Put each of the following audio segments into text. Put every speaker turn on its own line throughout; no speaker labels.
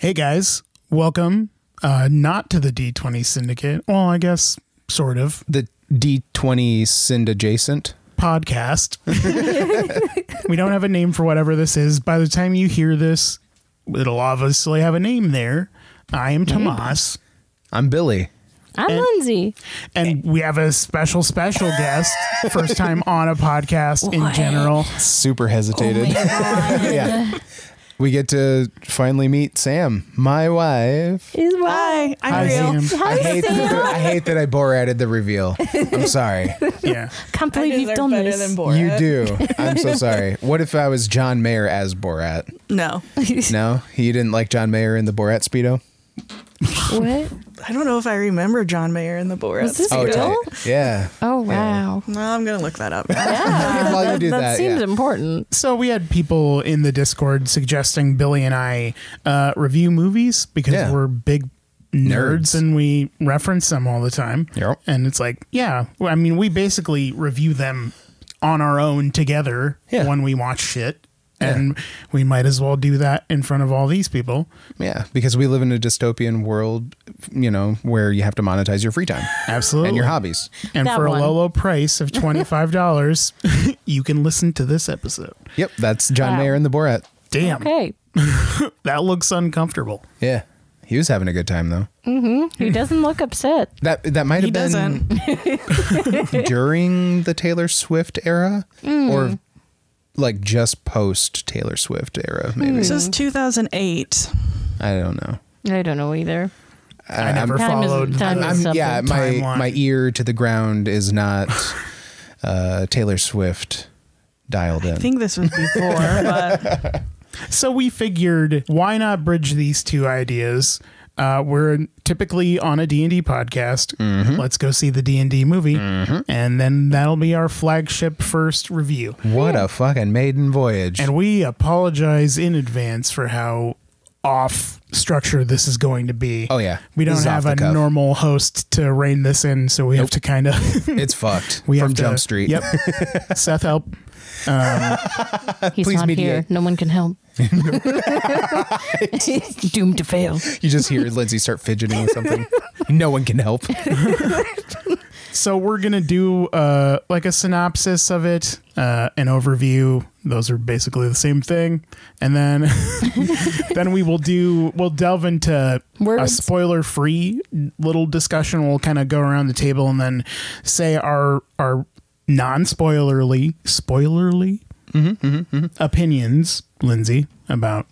Hey guys, welcome. Uh, not to the D20 Syndicate. Well, I guess sort of
The D20 Sind adjacent.
podcast. we don't have a name for whatever this is. By the time you hear this, it'll obviously have a name there. I am Tomas,
I'm Billy.
I'm Lindsay.
and we have a special, special guest. First time on a podcast in
What?
general.
Super hesitated. yeah. We get to finally meet Sam, my wife.
Is why
I'm
Hi,
real.
Sam.
Hi,
I hate that the, I hate that I Borated the reveal. I'm sorry.
Yeah.
can't
I
believe you've
deserve
done
better
this.
than Borat.
You do. I'm so sorry. What if I was John Mayer as Borat?
No,
No, you didn't like John Mayer in the Borat speedo.
what?
I don't know if I remember John Mayer in the Borat.
Was this
scene.
real?
tight. Oh, yeah.
Oh wow.
No, I'm gonna look that up.
While you do that,
seems
yeah.
important.
So we had people in the Discord suggesting Billy and I uh, review movies because
Yeah.
we're big nerds,
Nerds.
and we reference them all the time.
Yep.
And it's like, yeah, well, I mean, we basically review them on our own together
Yeah.
when we watch shit. And we might as well do that in front of all these people.
Yeah, because we live in a dystopian world, you know, where you have to monetize your free time
Absolutely.
and your hobbies.
And
That
for
one.
a low, low price of $25, you can listen to this episode.
Yep, that's John
Wow.
Mayer in the Borat.
Damn,
Okay.
that looks uncomfortable.
Yeah. He was having a good time though.
Who doesn't look upset?
That that might
He
have been during the Taylor Swift era or like just post Taylor Swift era maybe.
This is 2008.
I don't know.
I don't know either.
I never
Time is-
followed.
time
the-
I'm
is Something.
yeah, my
Timeline.
my ear to the ground is not uh Taylor Swift dialed in.
I think this was before, but
So we figured, why not bridge these two ideas? Uh, we're typically on a D&D podcast.
Mm-hmm.
Let's go see the D&D movie. And then that'll be our flagship first review.
what a fucking maiden voyage.
And we apologize in advance for how off structure this is going to be.
Oh, yeah.
We
This
don't
is
have
off the
a
cuff.
normal host to rein this in, so we have to kind of...
it's fucked.
We
from
have to-
Jump Street.
Yep. Seth, help. Um,
He's
Please
not here.
mediate.
No one can help. Doomed to fail.
You just hear Lindsay start fidgeting with something. no one can help.
So we're gonna do uh, like a synopsis of it, uh, an overview. Those are basically the same thing, and then then we will do we'll delve into a
Words.
spoiler free little discussion. We'll kind of go around the table and then say our our non spoilerly spoilerly opinions, Lindsay, about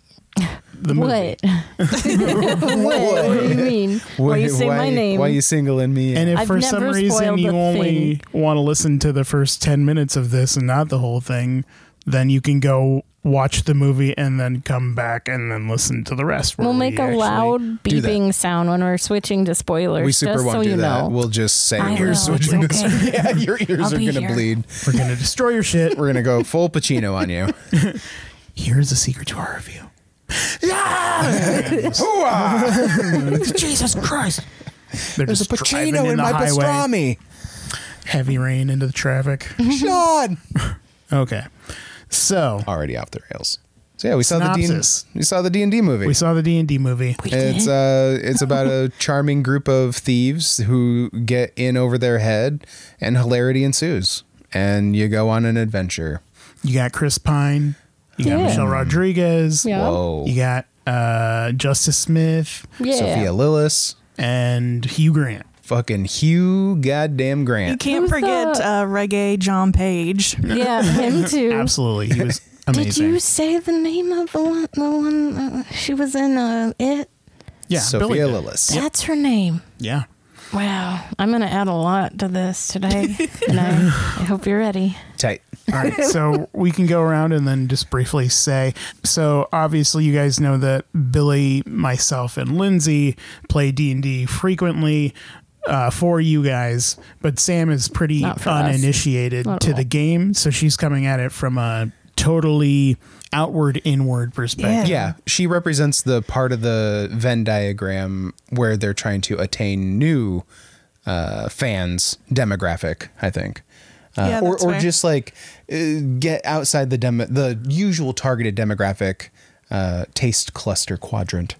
the movie.
What? what? What do you mean? Why you say my name?
Why you singling me?
And if
I've
for some
never
reason
spoiled
you
a
only
thing.
want to listen to the first 10 minutes of this and not the whole thing, then you can go watch the movie and then come back and then listen to the rest. where
We'll
we
make a
actually-
loud
do that.
beeping sound when we're switching to spoilers.
we super
just
won't
so
do
you
that.
know.
We'll just say
I
we're
will,
switching
it's
to yeah, your ears
I'll
are
be
gonna
here.
bleed.
We're going to destroy your shit.
We're gonna go full Pacino on you.
Here's the secret to our review.
Jesus Christ!
They're
There's a
just driving
Pacino in,
the
my
highway.
pastrami.
Heavy rain into the traffic.
Mm-hmm.
Sean.
Okay. So,
Already off the rails. So yeah, we saw
Synopsis.
the D. We saw the D and D movie.
we saw the D&D movie.
We did.
It's uh, it's about a charming group of thieves who get in over their head, and hilarity ensues, and you go on an adventure.
You got Chris Pine. You got
Yeah.
Michelle Rodriguez.
Yeah.
Whoa,
You got uh, Justice Smith
yeah.
Sophia Lillis,
and Hugh Grant.
fucking Hugh, goddamn
you
Grant.
can't
Who's
forget
that?
uh, reggae John Page.
Yeah, him too.
Absolutely. He was amazing.
Did you say the name of the one? The one uh, she was in. Uh, it.
Yeah, Billy
Sophia
did.
Lillis.
That's her name.
Yeah.
Wow, I'm gonna add a lot to this today, and I, I hope you're ready.
Tight.
All right. So we can go around and then just briefly say. So obviously, you guys know that Billy, myself, and Lindsay play D and D frequently. Uh, for you guys, but Sam is pretty
Not for us.
uninitiated
Not at
to the
all.
game, so she's coming at it from a totally outward, inward perspective.
Yeah, she represents the part of the Venn diagram where they're trying to attain new uh, fans demographic. I think, uh,
Yeah,
or
that's
or
fair.
just like uh, get outside the demo, the usual targeted demographic uh, taste cluster quadrant.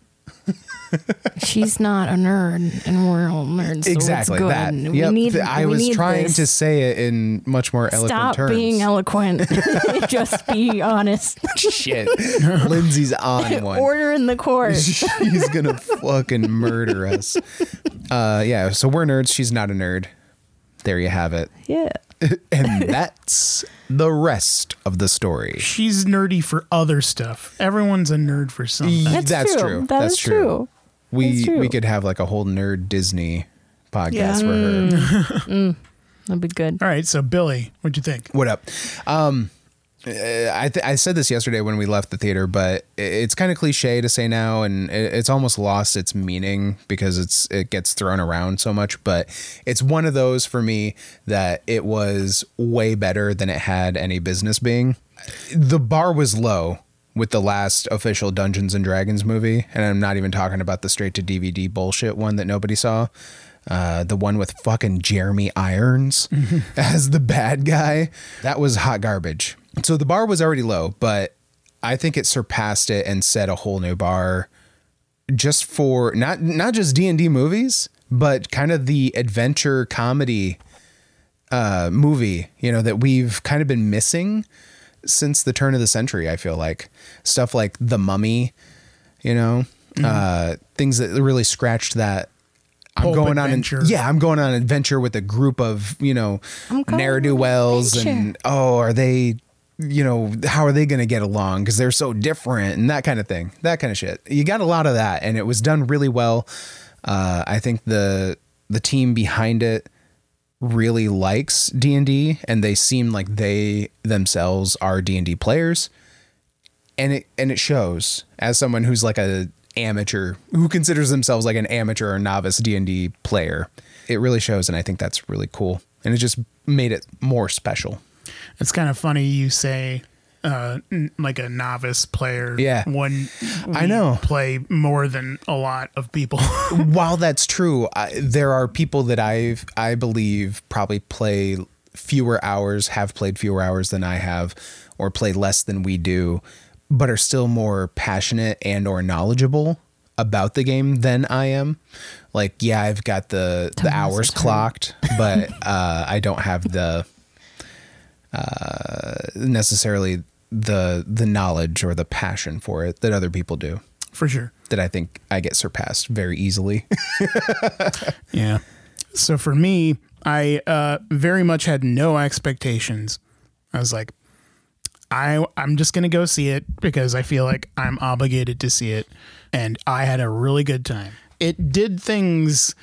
She's not a nerd, and we're all nerds. so it's
exactly
good.
that.
We
Yep.
need-
I
we
was
need
trying
this.
to say it in much more eloquent
stop
terms.
being eloquent. Just be honest.
Shit. Lindsay's on one.
Order in the court.
she's gonna fucking murder us. Uh, yeah, so we're nerds. She's not a nerd. There you have it.
Yeah.
And that's the rest of the story.
She's nerdy for other stuff. Everyone's a nerd for something.
That's true. That
that's
is
true.
true.
We
That's true.
we could have like a whole nerd Disney podcast
Yeah.
for
Mm.
her.
That'd be good.
All right, so Billy, what'd you think?
What up? Um, uh, I th- I said this yesterday when we left the theater, but i- it's kind of cliche to say now, and i- it's almost lost its meaning because it's it gets thrown around so much. But it's one of those for me that it was way better than it had any business being. The bar was low with the last official Dungeons and Dragons movie, and I'm not even talking about the straight to DVD bullshit one that nobody saw. Uh, the one with fucking Jeremy Irons as the bad guy. That was hot garbage. So the bar was already low, but I think it surpassed it and set a whole new bar just for not not just D&D movies, but kind of the adventure comedy uh, movie, you know, that we've kind of been missing since the turn of the century, I feel like. Stuff like The Mummy, you know,
Mm-hmm.
uh, things that really scratched that. I'm
Pulp
going
adventure.
on an, yeah, I'm going on an adventure with a group of, you know,
I'm going
ne'er do wells
on an
and oh, are they, you know, how are they going to get along because they're so different and that kind of thing, that kind of shit. You got a lot of that, and it was done really well. Uh, I think the the team behind it really likes D and D, and they seem like they themselves are D and D players, and it and it shows as someone who's like a amateur who considers themselves like an amateur or novice D and D player. It really shows, and I think that's really cool, and it just made it more special.
It's kind of funny you say uh, n- like a novice player.
Yeah.
When
I
we
know.
Play more than a lot of people.
While that's true, I, there are people that I've I believe probably play fewer hours, have played fewer hours than I have, or play less than we do, but are still more passionate and or knowledgeable about the game than I am. Like, yeah, I've got the the hours clocked, but uh, I don't have the uh, necessarily the the knowledge or the passion for it that other people do
for sure.
that I think I get surpassed very easily.
Yeah. So for me, I uh, very much had no expectations. I was like, I I'm just gonna go see it because I feel like I'm obligated to see it, and I had a really good time. It did things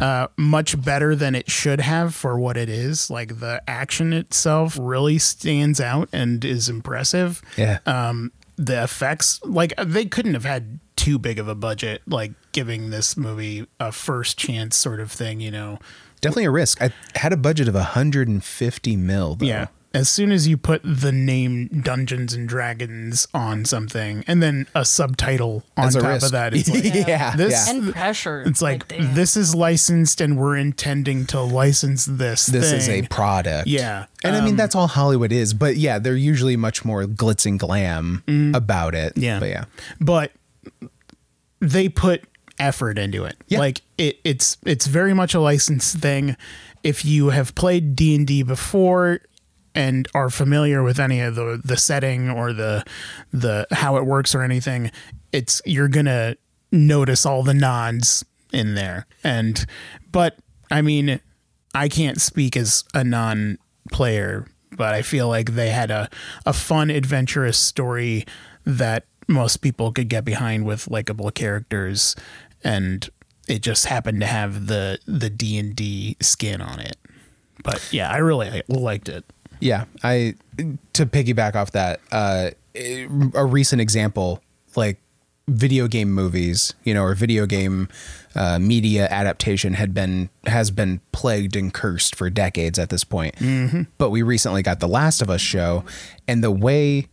uh, much better than it should have for what it is. Like the action itself really stands out and is impressive
Yeah.
um the effects like they couldn't have had too big of a budget like giving this movie a first chance sort of thing you know
Definitely a risk. I had a budget of 150 mil. Though.
yeah Uh, as soon as you put the name dungeons and dragons on something and then a subtitle on
That's a
top
risk.
of that it's like
yeah.
This-
yeah.
And pressure.
it's like this is licensed and we're intending to license this
This
thing.
is a product.
Yeah. Um,
And I mean, that's all Hollywood is. But yeah, they're usually much more glitz and glam about it.
Mm-hmm. Yeah.
But yeah.
but they put effort into it.
Yeah.
Like it, it's it's very much a licensed thing. If you have played D and D before and are familiar with any of the the setting or the the how it works or anything, it's you're gonna notice all the nods in there. And but I mean, I can't speak as a non player, but I feel like they had a, a fun, adventurous story that most people could get behind with likable characters and it just happened to have the the D and D skin on it. But yeah, I really liked it.
Yeah, I to piggyback off that, uh, a recent example like video game movies, you know, or video game uh, media adaptation had been has been plagued and cursed for decades at this point. But we recently got the Last of Us show, and the way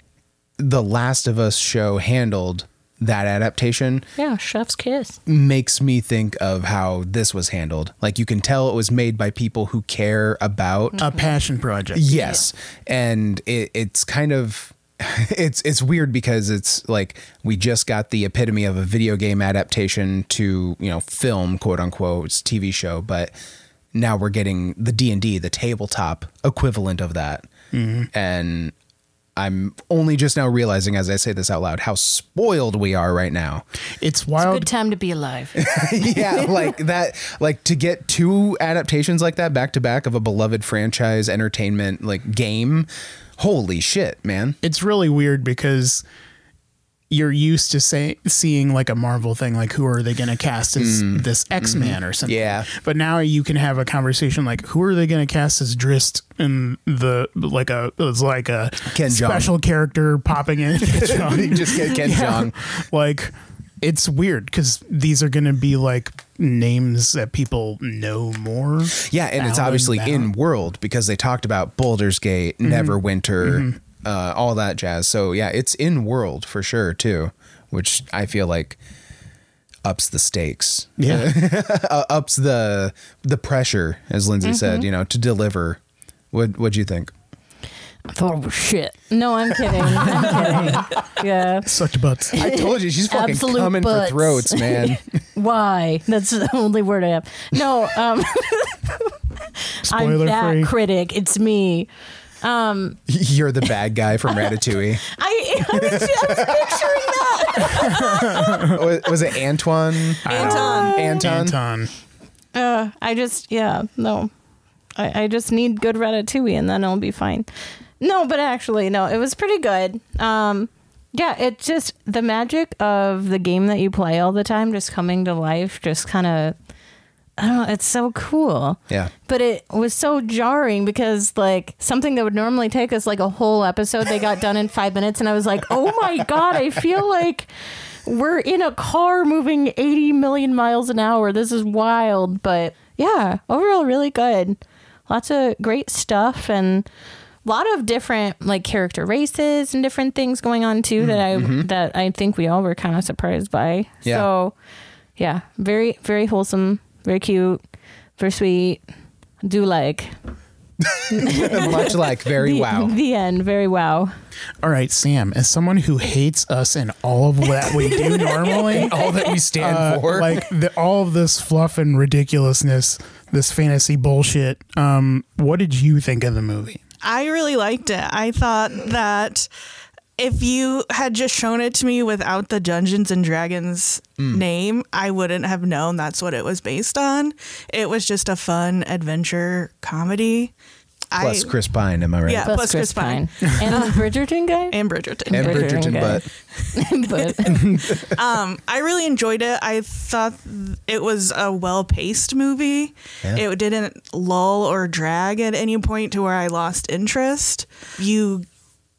the Last of Us show handled that adaptation
yeah, chef's kiss.
makes me think of how this was handled. Like you can tell it was made by people who care about
A passion project.
Yes. And it, it's kind of it's it's weird because it's like we just got the epitome of a video game adaptation to you know film quote unquote it's a TV show, but now we're getting the D and D, the tabletop equivalent of that, and I'm only just now realizing as I say this out loud how spoiled we are right now.
It's
It's a
wild.
good time to be alive.
yeah, like that, like to get two adaptations like that back to back of a beloved franchise entertainment like game. Holy shit, man!
it's really weird because you're used to say, seeing like a Marvel thing, like who are they going to cast as this X Man or something.
Mm-hmm. Yeah.
But now you can have a conversation like who are they going to cast as Drist in the like a it's like a
Ken Jeong.
special character popping in.
You just get Ken Jeong.
like it's weird because these are going to be like names that people know more.
Yeah, and it's
Alan
obviously
Bauer.
in world because they talked about Boulder's Gate, Neverwinter, uh, all that jazz. So yeah, it's in world for sure too, which I feel like ups the stakes,
Yeah.
uh, ups the the pressure, as Lindsay said. You know, to deliver. What What do you think?
I thought it was shit. No, I'm kidding. I'm kidding. Yeah.
Such butts.
I told you she's fucking
Absolute
coming
butts.
for throats, man.
Why? That's the only word I have. No, um, I'm
Spoiler
that
free.
critic. It's me.
You're the bad guy from Ratatouille.
I, I, was, I was picturing that.
was, was it Antoine?
Anton.
Anton.
Anton.
Uh, I just, yeah, no. I, I just need good ratatouille and then I'll be fine. No, but actually, no, it was pretty good. Um, yeah, it's just the magic of the game that you play all the time just coming to life, just kind of, I don't know, it's so cool.
Yeah.
But it was so jarring because, like, something that would normally take us like a whole episode, they got done in five minutes. And I was like, oh my God, I feel like we're in a car moving 80 million miles an hour. This is wild. But yeah, overall, really good. Lots of great stuff and a lot of different like character races and different things going on too that I that I think we all were kind of surprised by.
Yeah.
So yeah, very very wholesome, very cute, very sweet. Do like
Much like very
the,
wow.
the end. Very wow.
All right, Sam, as someone who hates us and all of that we do normally,
all that we stand
uh,
for.
like the, all of this fluff and ridiculousness, this fantasy bullshit, um, what did you think of the movie?
I really liked it. I thought that if you had just shown it to me without the Dungeons and Dragons
Mm.
name, I wouldn't have known that's what it was based on. It was just a fun adventure comedy.
Plus
I,
Chris Pine, am I right?
Yeah.
Plus,
Plus
Chris
Chris Pine.
Pine and the Bridgerton guy.
and Bridgerton.
And
Bridgerton
Bridgerton,
guy.
but
but
um, I really enjoyed it. I thought th- it was a well paced movie. It didn't lull or drag at any point to where I lost interest. You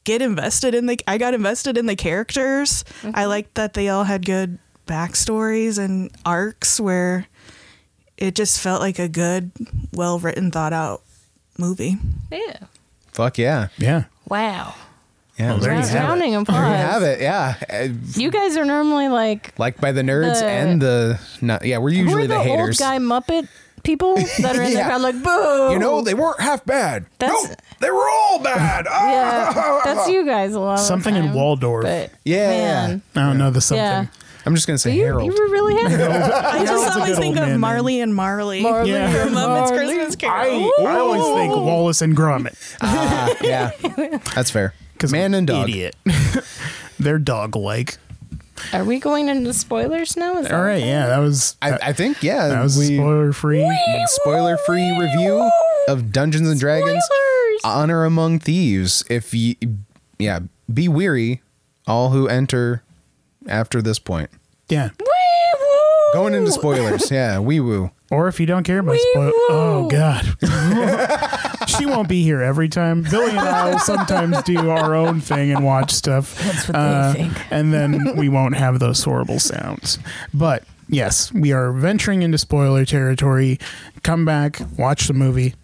get invested in the. I got invested in the characters. I
Mm-hmm.
liked that they all had good backstories and arcs where it just felt like a good, well written, thought out movie.
yeah,
fuck yeah.
Yeah.
wow.
Yeah.
Well, there you
Round-
have it.
Rounding applause.
There you have it. Yeah. Uh,
You guys are normally like
Like by the nerds
The-
and the not, yeah, we're
we're
usually
the,
the, haters.
old guy Muppet people that are in
Yeah.
the crowd like boo.
You know, they weren't half bad.
That's-
no, they were all bad. Ah!
yeah, that's you guys a lot.
Something
of the
in
time.
Waldorf.
But
Yeah.
man,
I don't know the something.
yeah.
I'm just gonna say
You,
Harold.
you were really happy.
I
Harold's
just
a
always
good
think
old man
of
name.
Marley and Marley.
Marley
Yeah.
and
From Muppet's
Marley.
Christmas Carol.
I, I always think Wallace and Gromit
Ah, yeah, that's fair.
because
man and dog.
idiot. They're dog like.
Are we going into spoilers now? Is that
All right, yeah, that was
I, I think yeah,
that was spoiler free.
spoiler free review of Dungeons and Dragons Uh,
Spoilers!
Honor Among Thieves. If you, yeah, be weary, all who enter after this point.
Yeah,
Wee-woo!
Going into spoilers. Yeah, wee woo.
or if you don't care about
Wee
spoil,
woo.
oh god, she won't be here every time. Billy and I will sometimes do our own thing and watch stuff. uh,
That's what they think.
and then we won't have those horrible sounds. But yes, we are venturing into spoiler territory. Come back, watch the movie.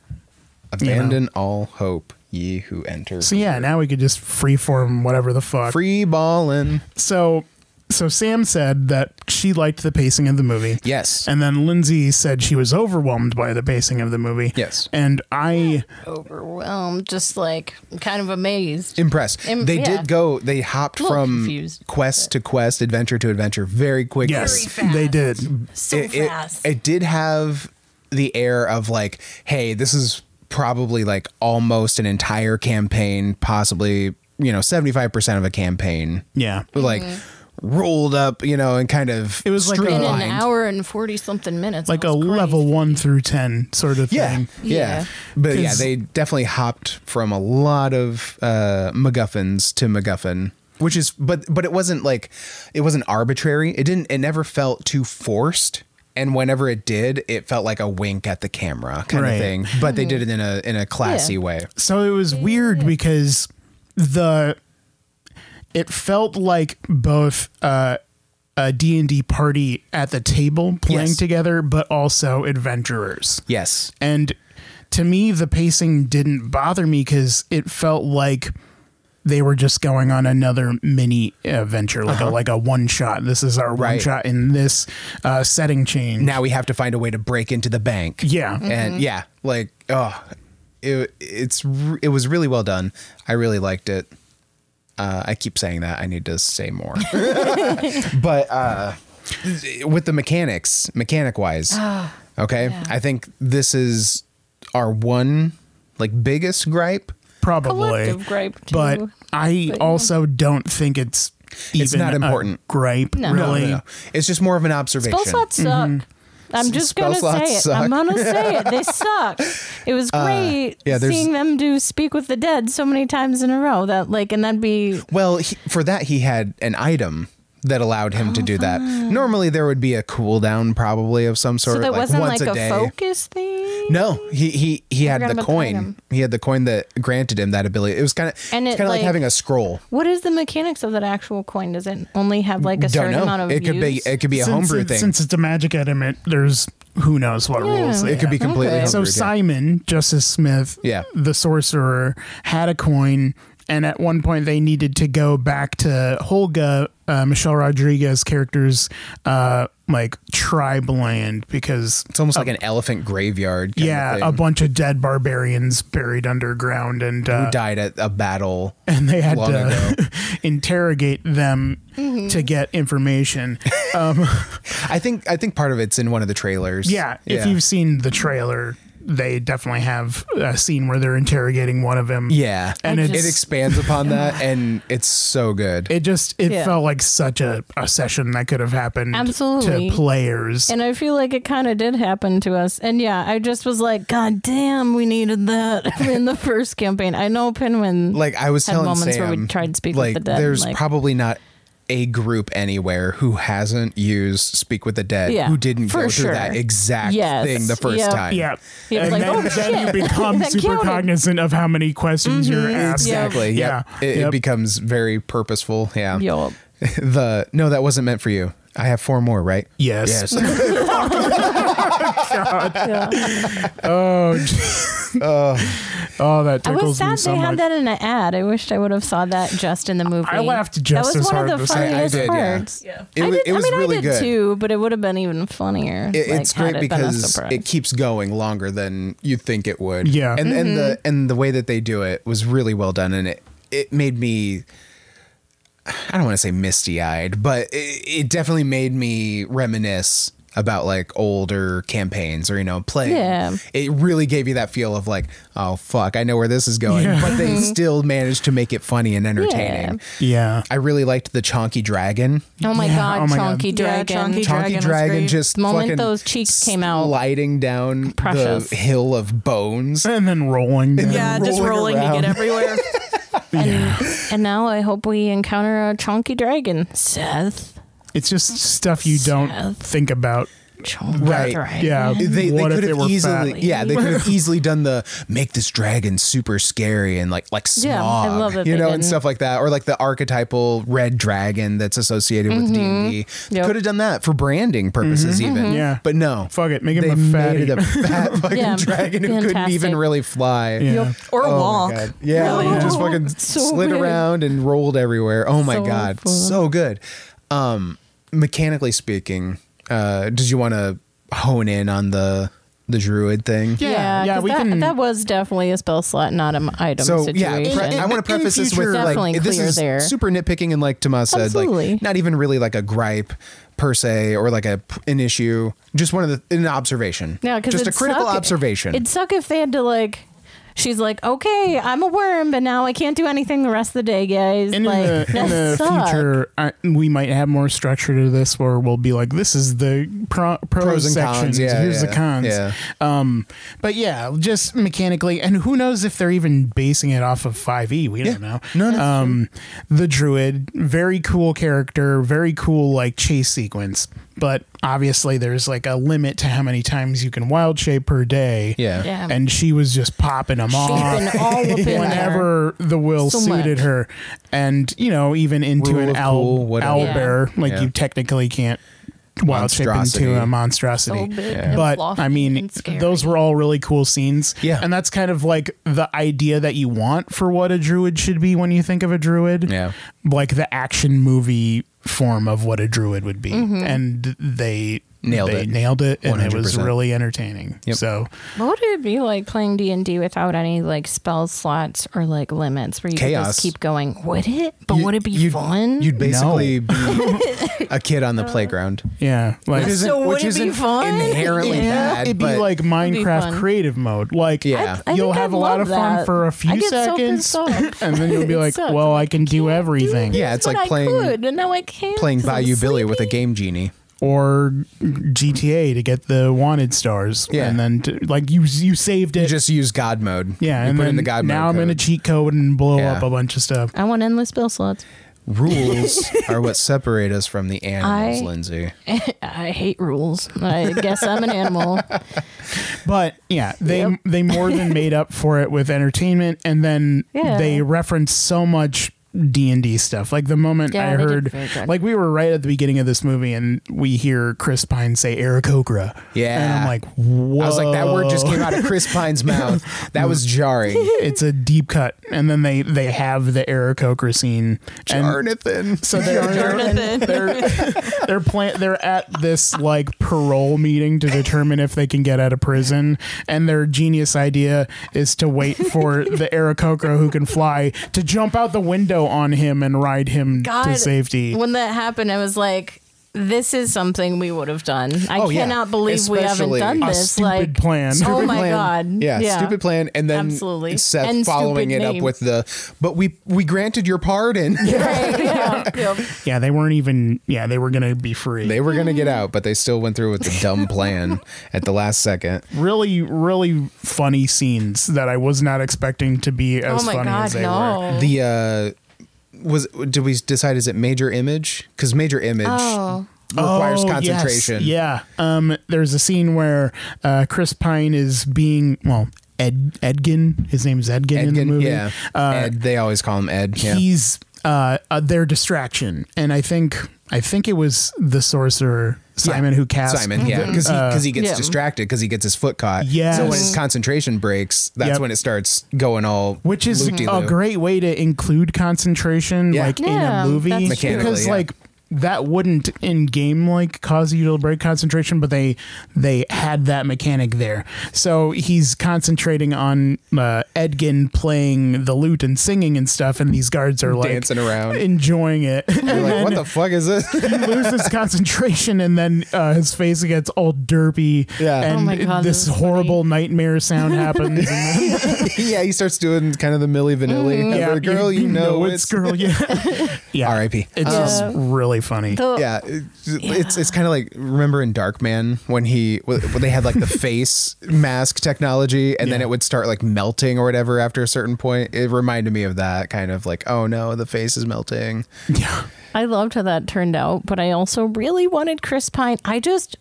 Abandon all hope, ye who enter.
uh,
So yeah, now we could just freeform whatever the fuck.
Free ballin'.
So So Sam said that she liked the pacing of the movie.
Yes.
And then Lindsay said she was overwhelmed by the pacing of the movie.
Yes.
And I
Overwhelmed, just like kind of amazed.
Impressed.
Im-
they
yeah.
did go. They hopped
A little
from
confused,
quest to quest, adventure to adventure, very quickly.
yes,
fast.
they did.
So
it, it-
fast.
It, did have the air of like, hey, this is probably like almost an entire campaign, possibly, you know, 75% of a campaign.
Yeah.
But, Like
Mm-hmm.
rolled up, you know, and kind of
It was like a-
in
streamlined.
an hour and 40 something minutes.
Like
That
a
was crazy.
level 1 through 10 sort of
Yeah,
thing.
yeah.
Yeah.
But yeah,
'Cause-
they definitely hopped from a lot of uh MacGuffins to MacGuffin. Which is but but it wasn't like it wasn't arbitrary. It didn't it never felt too forced. And whenever it did, it felt like a wink at the camera kind
Right.
of thing. But they did it in a in a classy
Mm-hmm. Yeah.
way.
So it was weird because the it felt like both uh, a D&D party at the table playing
Yes.
together but also adventurers.
Yes.
And to me, the pacing didn't bother me because it felt like they were just going on another mini adventure, like a like a one shot. This is our one
Right.
shot in this uh, setting change.
Now we have to find a way to break into the bank.
yeah,
And
Mm-hmm.
yeah, like oh, it it's re- it was really well done. I really liked it. Uh, I keep saying that. I need to say more. but uh, with the mechanics, mechanic wise,
Ah,
okay, I think this is our one like biggest gripe.
probably.
collective gripe, too.
But I also don't think it's even
It's not
a
important.
gripe,
No.
really.
No, no. It's just more of an observation.
Spell slots suck. I'm just
Spell
gonna say
slots
it.
suck. Uh,
I'm gonna say it. They suck. It was great
yeah, there's-
seeing them do "Speak with the Dead" so many times in a row. That like, and that'd be
Well, he, for that he had an item that allowed him
Oh,
to do that. Normally there would be a cooldown probably of some sort,
so. That
like
wasn't
once
like a,
day.
focus thing.
No, he he he had
forgot
the
about the
coin.
item.
he had the coin that granted him that ability. It was kind of it's
And
kind of
it,
like,
like-
having a scroll.
What is the mechanics of that actual coin? Does it only have like a
Don't
certain
know.
amount of
it could
use?
be it could be a
Since
homebrew
it-
thing.
Since it's a magic element, there's who knows what rules.
Yeah.
they
it could be
have.
completely
Okay.
homebrew.
So
So
yeah.
Simon, Justice Smith,
Yeah.
the sorcerer, had a coin, and at one point they needed to go back to Holga, uh, Michelle Rodriguez's character's uh, like tribe land because
it's almost like an elephant graveyard. Kind
yeah, a
of thing.
bunch of dead barbarians buried underground, and uh,
died at a battle.
and they had
long
to interrogate them
Mm-hmm.
to get information.
I think I think part of it's in one of the trailers.
Yeah, if you've seen the trailer, they definitely have a scene where they're interrogating one of them.
yeah,
and
I
it's.
it
just-
expands upon that, and it's so good.
It just it
Yeah.
felt like such a, a session that could have happened
Absolutely.
to players.
And I feel like it kind of did happen to us. And yeah, I just was like, God damn, we needed that in the first campaign. I know Pinwin.
like I was
had
telling
moments
Sam,
where we tried Speak with
like,
the Dead,
There's
like-
probably not a group anywhere who hasn't used Speak with the Dead
Yeah,
who didn't
for
go
sure.
through that exact
Yes,
thing the first
yep.
time.
yeah.
Yeah,
and
like,
then,
oh,
then
shit.
you become
That Mm-hmm.
super
counted.
cognizant of how many questions
Mm,
you're asked.
Exactly.
Yeah.
Yeah. It,
Yep.
it becomes very purposeful. Yeah.
Yup.
the no, that wasn't meant for you. I have four more, right?
Yes.
Yes.
Yeah.
oh, oh, that
I was
tickles me
sad
so
they
much.
had that in an ad. I just I would have saw that just in the movie.
I laughed just
that was
as
one
hard
of the
as I- I
funniest
did, yeah.
parts.
It
I
was,
did,
it was
I mean,
really
I did
good.
too, but it would have been even funnier.
It-
like,
it's
had
great
it been a
because
surprise.
it keeps going longer than you think it would.
Yeah.
and and the
Mm-hmm.
and the way that they do it was really well done, and it it made me. I don't want to say misty eyed, but it, it definitely made me reminisce about like older campaigns or you know playing.
Yeah.
It really gave you that feel of like, oh fuck, I know where this is going, but they
Mm-hmm.
still managed to make it funny and entertaining.
yeah.
I really liked the Chonky Dragon.
oh my
Yeah,
god,
oh my God.
Chonky
Yeah,
Dragon.
Chonky
Chonky Dragon was
Dragon
great.
just
The moment
fucking
those cheeks came out.
sliding down
Precious.
the hill of bones.
And then rolling. down.
Yeah, just
rolling
rolling to
around.
get everywhere.
And now I hope we encounter a Chonky Dragon. Seth.
It's just stuff you don't
Seth.
think about.
Chonky
Right.
Dragon.
Yeah.
They, they
what
could
if it
have
were
easily,
fat?
yeah, they could have easily done the make this dragon super scary and like like smog,
Yeah, I love that
you
they
know, and
didn't.
stuff like that, or like the archetypal red dragon that's associated with D and D.
Mm-hmm. Yep.
Could have done that for branding purposes, even.
Mm-hmm. Yeah.
but no,
Fuck it, make him
they
a fatty.
made it a fat fucking
Yeah,
dragon who couldn't
fantastic.
even really fly.
Yeah.
Yep.
Or
Oh my
walk.
God. Yeah,
Really?
he just
Oh,
fucking
so
slid
weird.
around and rolled everywhere. Oh my
So
god,
fun.
so good. Um, mechanically speaking, uh, did you want to hone in on the the druid thing?
Yeah, yeah,
'cause
we
that,
can-
that was definitely a spell slot, not an item
So yeah,
situation.
pre- I want to
In
preface this with
future-
like
Definitely
this
clear
is
there.
super nitpicking and like Tomas said,
Absolutely.
like not even really like a gripe per se or like a p- an issue, just one of the an observation.
Yeah, because
just a critical
suck,
observation.
It'd suck if they had to like. She's like, okay, I'm a worm, but now I can't do anything the rest of the day, guys.
And
like,
in the, in
that
the
sucked.
future, I, we might have more structure to this, where we'll be like, "This is the pro, pros,
Pros and cons,
sections.
yeah,
Here's
yeah,
the cons."
yeah.
Um, but yeah, just mechanically, and who knows if they're even basing it off of Five E? We
Yeah.
don't know.
No, no.
Um, the druid, very cool character, very cool like chase sequence, but obviously there's like a limit to how many times you can wild shape per day.
yeah.
Yeah.
And she was just popping them off
She's been all up in there.
whenever the will
So
suited
much.
her and you know even into
Rule
an
of
owl
cool, whatever.
owl
Yeah.
bear like
Yeah.
you technically can't wild shape into a
Monstrosity.
monstrosity
So big and
but
fluffy
i mean
and scary.
those were all really cool scenes
Yeah.
and that's kind of like the idea that you want for what a druid should be when you think of a druid
Yeah.
like the action movie form of what a druid would be
Mm-hmm.
and they
Nailed
they
it.
nailed it and it was
100%.
really entertaining
Yep.
so
What would it be like playing D and D without any like spell slots or like limits where you could
Chaos.
just keep going? Would it? But
You-
would it be
you'd-
fun?
You'd basically be a kid on the playground.
yeah like
Which isn't-
So would
which
it be
isn't
fun?
Inherently
Yeah,
bad,
it'd be
but
like Minecraft
fun.
creative mode. Like,
Yeah.
I
you'll
think
have
I'd
a lot
love
of fun
that.
for a few
I get so
seconds,
pissed off.
and then you'll be
It
like,
sucks.
"Well,
I'm
I can do everything,"
yeah, it's
But
like
I
playing
could, and now I can't.
playing
'cause I'm
Bayou Billy
sleepy.
with a game genie.
or GTA to get the wanted stars,
Yeah.
and then to, like you you saved it,
You just use God mode.
yeah,
you
and
put
then
in the God
now I'm
mode.
gonna
code.
cheat code and blow
Yeah.
up a bunch of stuff.
I want endless spell slots.
Rules are what separate us from the animals,
I-
Lindsay.
I hate rules. I guess I'm an animal.
But yeah, they
Yep.
they more than made up for it with entertainment, and then
Yeah.
they referenced so much D and D stuff. Like the moment
Yeah,
I
they did
heard,
very good.
like we were right at the beginning of this movie, and we hear Chris Pine say Eric Okra.
Yeah.
and I'm like, whoa!
I was like, that word just came out of Chris Pine's mouth. That was jarring.
It's a deep cut, and then they they have the Eric Okra scene. and-
Jarnathan.
so they're they're, they're they're plan- they're at this like parole meeting to determine if they can get out of prison and their genius idea is to wait for the Arakocra who can fly to jump out the window on him and ride him to
God,
safety.
When that happened, I was like, "This is something we would have done." I
Oh, yeah.
cannot believe
Especially
we haven't
a
done this.
stupid
like,
plan.
oh my
plan.
god,
Yeah, stupid plan. And then
Absolutely.
Seth
And
following it
stupid
up
name.
with the, but we we granted your pardon.
Right, yeah, yep.
yeah, they weren't even yeah, they were going to be free.
They were gonna get out, but they still went through with the dumb plan at the last second.
really really funny scenes that I was not expecting to be as
Oh my
funny as
god,
they were.
no.
The uh was did we decide is it major image? Because major image
Oh.
requires
Oh, yes.
concentration.
Yeah. Um, there's a scene where uh, Chris Pine is being well, Ed Edgin. His name's Edgin, in the
Edgin,
movie.
yeah.
Uh,
Ed, they always call him Ed. Yeah.
He's uh, uh, their distraction, and I think I think it was the sorcerer Simon
Yeah.
who cast
Simon, yeah, because he, 'cause he gets
Yeah.
distracted because he gets his foot caught.
Yes.
So when his concentration breaks, that's
Yep.
when it starts going all
which is
loop-de-loop.
a great way to include concentration
Yeah.
like
Yeah,
in a movie
that's
Mechanically,
because
yeah.
like that wouldn't in game like cause you to break concentration but they they had that mechanic there so he's concentrating on uh, edgin playing the lute and singing and stuff and these guards are like
Dancing around.
enjoying it
You're like, what the fuck is this?
he loses concentration and then uh, his face gets all derpy
Yeah.
and
Oh my God,
this
this is funny.
horrible nightmare sound happens and then-
yeah, he starts doing kind of the Milli Vanilli. Yeah, girl, you, know, it's,
girl. Yeah, yeah.
R.I.P..
It's just
Um,
really funny.
The-
yeah, it- it's it's kind of like remember in Darkman when he when they had like the face mask technology and then
Yeah.
it would start like melting or whatever after a certain point. It reminded me of that kind of like oh no the face is melting.
yeah,
I loved how that turned out, but I also really wanted Chris Pine. I just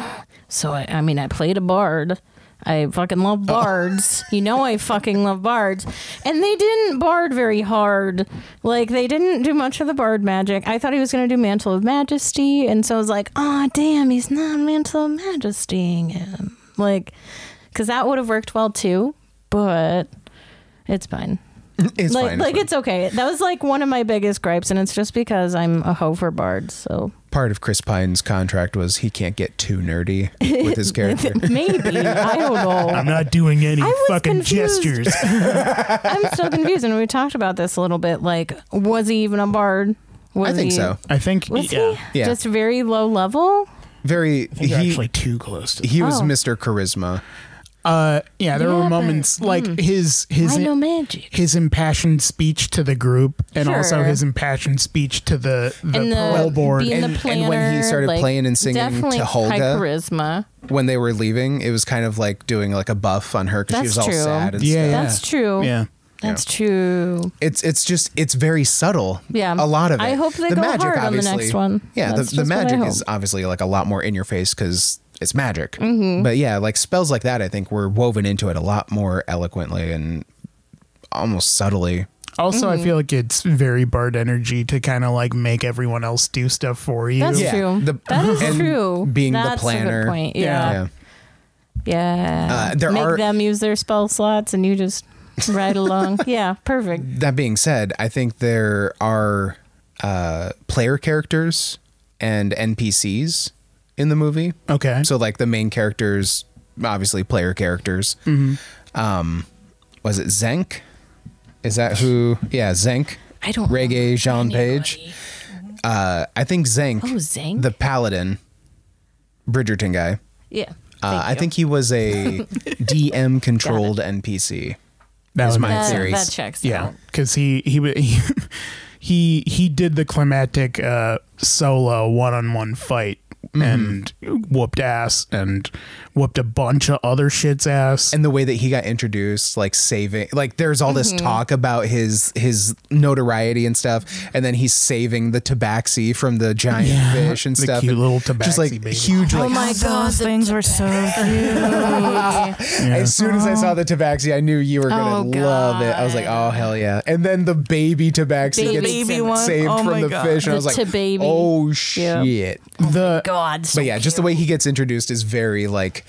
so I, I mean I played a bard. I fucking love bards. you know I fucking love bards. And they didn't bard very hard. Like they didn't do much of the bard magic. I thought he was gonna do Mantle of Majesty, and so I was like, oh damn, he's not Mantle of Majestying him. Like, because that would have worked well too. But it's fine.
It's
like,
fine.
like
fine.
it's okay. That was like one of my biggest gripes, and it's just because I'm a hoe for Bard. So
part of Chris Pine's contract was he can't get too nerdy with his character.
maybe I don't know.
I'm not doing any
was
fucking
confused.
gestures.
I'm still confused, and we talked about this a little bit. Like, was he even a Bard? Was
I think
he-
so.
I think
Was
yeah.
he
Yeah.
just very low level?
Very
I think you're
he
actually too close to
he was
Oh.
Mr. Charisma.
uh yeah there
Yeah,
were
but- mm.
moments like his his
I know magic.
his impassioned speech to the group and also
Sure.
his impassioned speech to the the,
and the
parole board
being
And-
the planner,
and when he started
like,
playing and singing to
definitely
Holga.
high charisma.
When they were leaving, it was kind of like doing like a buff on her because she
That's
was all
true.
sad and
Yeah,
stuff.
yeah.
That's true.
yeah
That's true.
It's it's just it's very subtle.
Yeah.
a lot of it.
I hope they go hard on the next one.
Yeah, the,
That's
the
just what I
magic
hope.
is obviously like a lot more in your face because it's magic.
Mm-hmm.
But yeah, like spells like that, I think were woven into it a lot more eloquently and almost subtly.
also
Mm.
i feel like it's very bard energy to kind of like make everyone else do stuff for you
That's
Yeah,
true.
the-
that is
and
true.
being the
That's A
planner.
good point.
Yeah.
Yeah.
Yeah.
Yeah.
Uh, there
Make
are-
them use their spell slots and you just ride along. yeah. Perfect.
that being said, I think there are uh, player characters and NPCs in the movie.
okay
So like the main characters, obviously player characters.
Mm-hmm.
Um, was it Zenk? Is that who? Yeah, Zenk.
I don't
Reggae
remember
Jean Page.
anybody.
Uh, I think Zenk,
Oh, Zenk?
the paladin, Bridgerton guy.
Yeah.
Uh,
Thank
I
you.
think he was a DM controlled NPC.
that was
my
my
that,
theories.
that checks.
yeah
Out.
because he he wa- he he he did the climatic uh solo one-on-one fight
Mm-hmm.
and whooped ass and whooped a bunch of other shit's ass
and the way that he got introduced like saving like there's all this
Mm-hmm.
talk about his his notoriety and stuff and then he's saving the tabaxi from the giant fish and
the
stuff
cute
and
little
just like
tabaxi baby.
huge like
Oh my
Those
God, the
Oh things were so
as soon as i saw the tabaxi i knew you were gonna
Oh,
love it i was like oh hell yeah and then the baby tabaxi
Baby
gets
baby
Saved
one.
saved
oh
from
my
the
God.
fish and
The
i was like
tababy.
oh
Yeah. Oh
shit
the
God. So
but yeah just the way he gets introduced is very like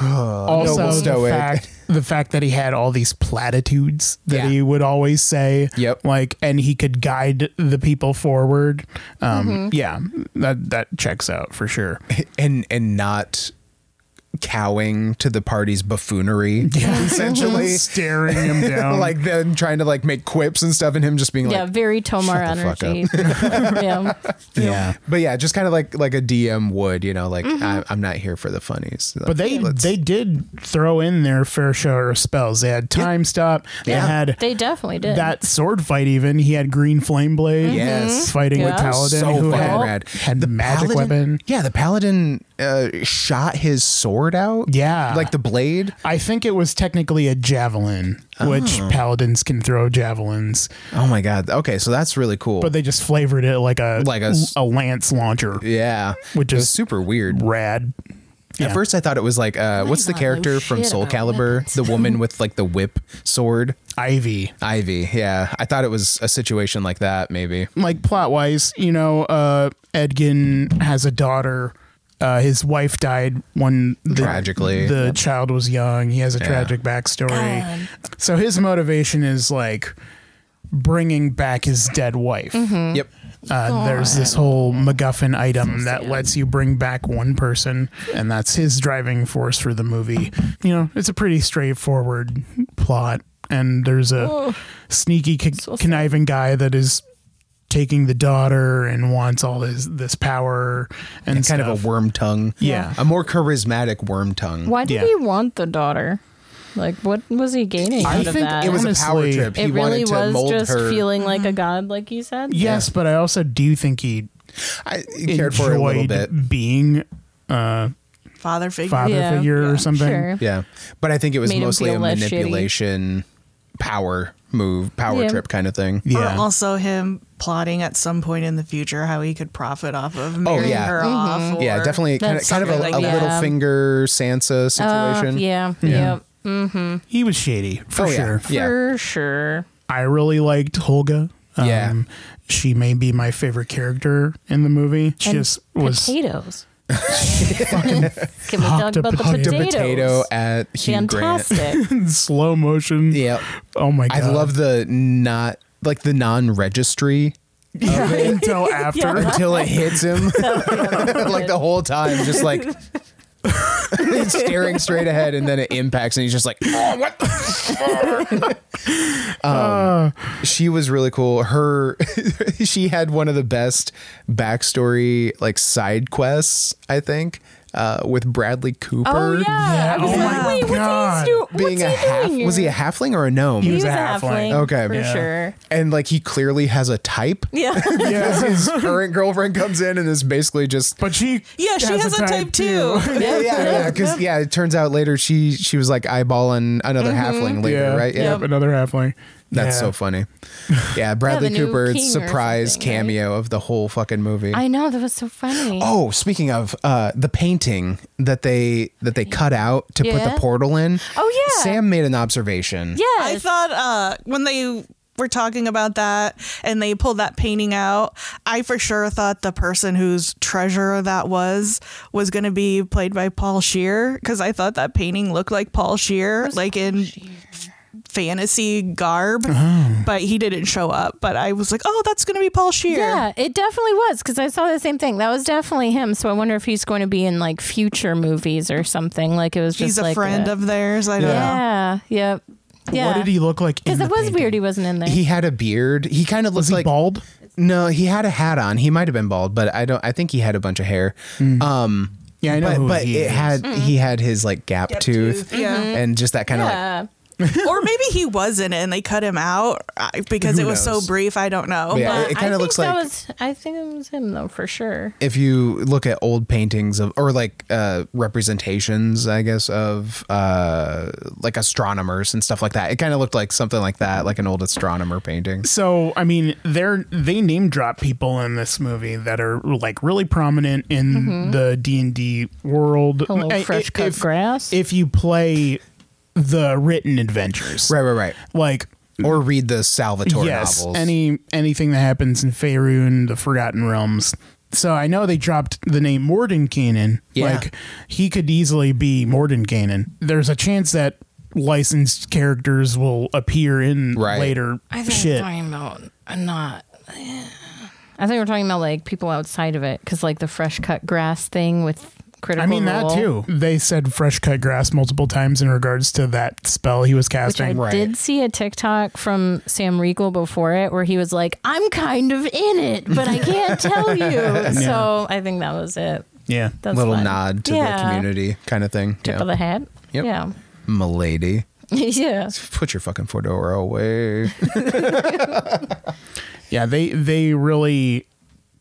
also
noble
the
stoic.
fact, the fact that he had all these platitudes that
Yeah.
he would always say
Yep.
like and he could guide the people forward um
Mm-hmm.
yeah that that checks out for sure
and and not cowing to the party's buffoonery essentially
staring him down
like them trying to like make quips and stuff and him just being
yeah,
like
very Tomar
"Shut the fuck
energy. yeah.
yeah but yeah just kind of like like a dm would you know like I, i'm not here for the funnies
Mm-hmm. but they they did throw in their fair share of spells they had time stop
Yeah.
they had
They definitely did.
that sword fight even he had green flame blade
Yes.
fighting with
Mm-hmm. Yeah.
paladin
so
who
fucking
had,
rad.
had the magic
paladin-
weapon
yeah the paladin uh shot his sword out
Yeah.
like the blade
I think it was technically a javelin, which paladins can throw javelins,
oh my god okay so that's really cool
but they just flavored it like a
Like a s-
a lance launcher.
yeah
Which
It was
is-
super weird
Rad.
At first, I thought it was like, uh, what's the
not know
character from
shit
Soul
about
Calibur?
weapons.
The woman with like the whip sword,
Ivy.
Ivy. Yeah, I thought it was a situation like that. Maybe
Like plot wise, you know, uh Edgin has a daughter. Uh, his wife died when the,
Tragically.
the child was young. He has a tragic backstory. So his motivation is like bringing back his dead wife.
Hmm.
Yep.
Uh, there's this whole MacGuffin item that lets you bring back one person, and that's his driving force for the movie. You know, it's a pretty straightforward plot, and there's a sneaky, con- conniving guy that is taking the daughter and wants all this this power and,
And kind
stuff.
of a worm tongue.
Yeah.
A more charismatic worm tongue.
Why did
Yeah.
he want the daughter? Like, what was he gaining
I
out of
think
that?
It was a power
Honestly,
trip. He
It really
wanted to
was
mold
just
her.
feeling like a god, like you said.
yes, but I also do think he
I he
enjoyed
cared for it a little bit.
being uh,
father figure.
father
Yeah,
figure or
yeah,
something.
Sure.
Yeah. But I think it was
Made him
mostly a
feel less shitty.
manipulation power move, power
Yeah.
trip kind of thing.
Yeah.
Or also him plotting at some point in the future how he could profit off of marrying
Oh, yeah.
her off. Or,
Yeah, definitely kind of,
That's
kind of a,
something
a
like that.
little finger Sansa
Uh,
situation.
yeah. Yeah.
He was shady for
Oh, yeah.
sure.
Yeah.
For sure.
I really liked Holga. Um,
Yeah.
she may be my favorite character in the movie. She
And
just was
potatoes. Can we talk
Hopped a
about the
potato.
potatoes?
Hopped
The potato at Hugh Grant.
Fantastic.
in slow motion.
Yeah.
Oh my god.
I love the not like the non-registry
until after.
until it hits him.
Oh,
like the whole time, just like staring straight ahead, and then it impacts, and he's just like, "Oh, what?" The fuck?" Um, she was really cool. Her, she had one of the best backstory like side quests, I think, uh, with Bradley Cooper.
Oh yeah.
Yeah,
I was
oh
like,
my
wait,
God.
what's he, do- what's
Being
he
a half,
doing?
was he a halfling or a gnome?
He
was
was
a
a
halfling.
halfling.
Okay.
for
Yeah.
sure.
and like he clearly has a type.
Yeah.
Yeah.
His current girlfriend comes in and is basically just
But she
Yeah, she has a type too.
yeah, yeah, yeah. Because yeah, it turns out later she she was like eyeballing another halfling later,
Mm-hmm. Yeah,
right? Yeah,
Yep, another halfling.
that's
Yeah.
so funny. Yeah, Bradley
the new
Cooper's
king or
surprise
something, right?
cameo of the whole fucking movie.
I know that was so funny.
oh, speaking of uh, the painting that they that they cut out to put
Yeah.
the portal in.
Oh, yeah.
Sam made an observation.
yes.
I thought uh, when they were talking about that and they pulled that painting out, I for sure thought the person whose treasure that was was going to be played by Paul Shear because I thought that painting looked like Paul Shear, like in fantasy garb,
Uh-huh.
but he didn't show up. But I was like, oh, that's going to be Paul Shear.
Yeah, it definitely was because I saw the same thing. That was definitely him. So I wonder if he's going to be in like future movies or something. Like it was just
He's a
like
friend of theirs. I don't know.
Yeah. Yep. Yeah.
What did he look like?
Because
in
it
the
was
painting?
weird he wasn't in there.
He had a beard. He kind of
Was
looked
he
like
bald?
no. He had a hat on. He might have been bald, but I don't. I think he had a bunch of hair. Um,
Mm. Yeah, I know.
but
who
but
he
it
is.
had
Mm-hmm.
he had his like gap, tooth,
tooth, yeah. Mhm.
and just that kind of like
yeah.
or maybe he was in it and they cut him out uh, because
Who
it was
knows?
so brief. I don't know.
But yeah, it-
but-
it
Uh, I
kind of
think
looks
that
like
was. I think it was him though for sure.
if you look at old paintings of or like uh representations i guess of uh like astronomers and stuff like that it kind of looked like something like that like an old astronomer painting
So I mean, they're they name drop people in this movie that are like really prominent in the D and D world.
Mm-hmm. Hello,
I-
fresh cut
if-
grass.
If you play the written adventures,
right right right
Like
or read the salvatore
yes,
novels
any anything that happens in Faerun, the Forgotten Realms. So I know they dropped the name Mordenkainen.
Yeah.
Like he could easily be Mordenkainen. There's a chance that licensed characters will appear in
Right.
later
I think
shit.
we're talking about uh, not. I think we're talking about like people outside of it because like the fresh cut grass thing with critical.
I mean
Role,
that too. They said fresh cut grass multiple times in regards to that spell he was
Which I
casting.
Right.
did see a TikTok from Sam Riegel before it where he was like, I'm kind of in it, but I can't tell you. So I think that was it.
Yeah.
That's
little
fun.
nod to
Yeah.
the community kind of thing
Tip
yeah.
of the hat.
Yep.
Yeah.
milady
yeah.
put your fucking fedora away
Yeah, they they really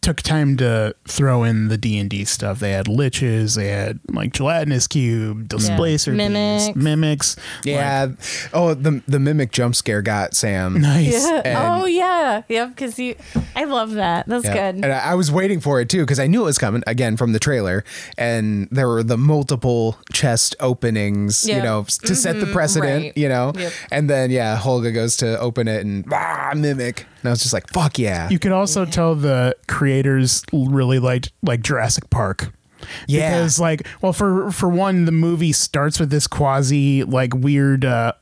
took time to throw in the D and D stuff. They had liches, they had like gelatinous cube, displacer
Mimics.
beast, mimics.
yeah oh the the mimic jump scare got sam
Nice.
Yeah.
And-
oh yeah. Yep. Because you, I love that. That's
Yeah.
good.
And uh, I, I was waiting for it too because I knew it was coming again from the trailer, and there were the multiple chest openings, you
Yeah.
know, s- to set the precedent,
Mm-hmm. right.
you know.
Yep.
And then yeah, Holga goes to open it and ah, mimic, and I was just like, fuck yeah,
You could also tell the creators really liked like Jurassic Park.
Yeah.
Because like well for for one the movie starts with this quasi like weird uh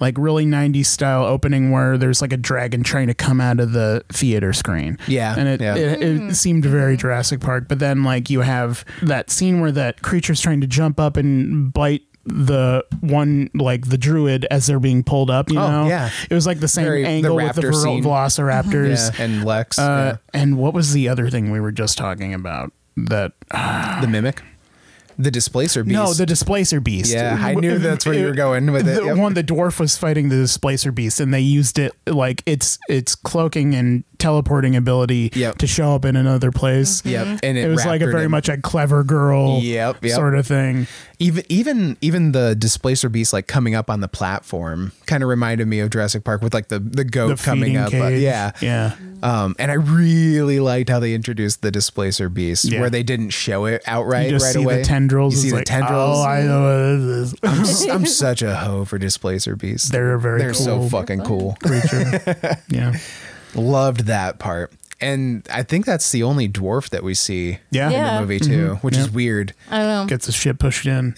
like really 90s style opening where there's like a dragon trying to come out of the theater screen.
Yeah,
And it
yeah.
it, it seemed very Jurassic Park, but then like you have that scene where that creature's trying to jump up and bite the one like the druid as they're being pulled up, you
Oh,
know.
yeah.
It was like the same
Very- the
angle with the
raptor
velo-
scene. yeah.
velociraptors.
and Lex,
Uh, And what was the other thing we were just talking about? That
yeah. the mimic, the displacer beast.
no, the displacer beast.
yeah, I knew that's where you were going with it.
The
Yep.
one the dwarf was fighting the displacer beast, and they used it like its its cloaking and teleporting ability
Yep. Mm-hmm.
to show up in another place.
Mm-hmm.
Yep, and it
it, was like a
raptored
very
him.
much a clever girl
Yep, yep.
sort of thing.
even even even the displacer beast like coming up on the platform kind of reminded me of Jurassic Park with like the the goat
The
coming
feeding
up. Uh,
cage.
yeah,
yeah.
Um, and I really liked how they introduced the displacer beast,
Yeah.
where they didn't show it outright
You just
right
see
away.
the tendrils.
You see
it's
the
like,
tendrils.
Oh, I know what this is.
I'm such a hoe for displacer beasts.
They're a very
They're so
cool
fucking cool.
creature. yeah.
Loved that part. and I think that's the only dwarf that we see
Yeah. Mm-hmm.
in
Yeah.
the movie too, which is weird.
I don't know.
Gets his shit pushed in.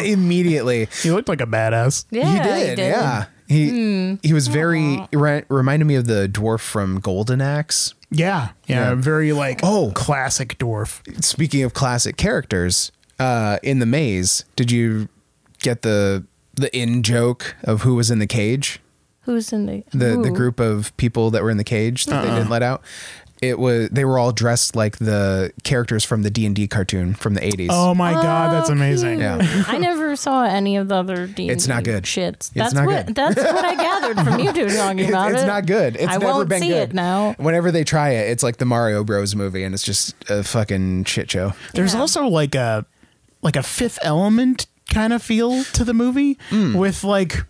Immediately,
he looked like a badass.
Yeah, Hmm.
he did, Yeah, he he was very it re- reminded me of the dwarf from Golden Axe.
Yeah. Yeah.
Yeah.
Very like
Oh.
classic dwarf.
Speaking of classic characters, uh, in the maze, did you get the the in joke of who was in the cage?
Who's in the
the the
who?
group of people that were in the cage that
Uh-uh.
they didn't let out. It was they were all dressed like the characters from the D and D cartoon from the eighties.
Oh my god, that's
Oh,
amazing.
cute.
Yeah.
I never saw any of the other D.
It's not good.
Shits. That's
not
what
good.
that's what I gathered from you two talking
It's,
about
it's
it.
not good. It's
I
never
won't
been
see
good.
it now.
Whenever they try it, it's like the Mario Bros movie, and it's just a fucking shit show.
There's
Yeah.
also like a like a fifth element kind of feel to the movie
Hmm.
with like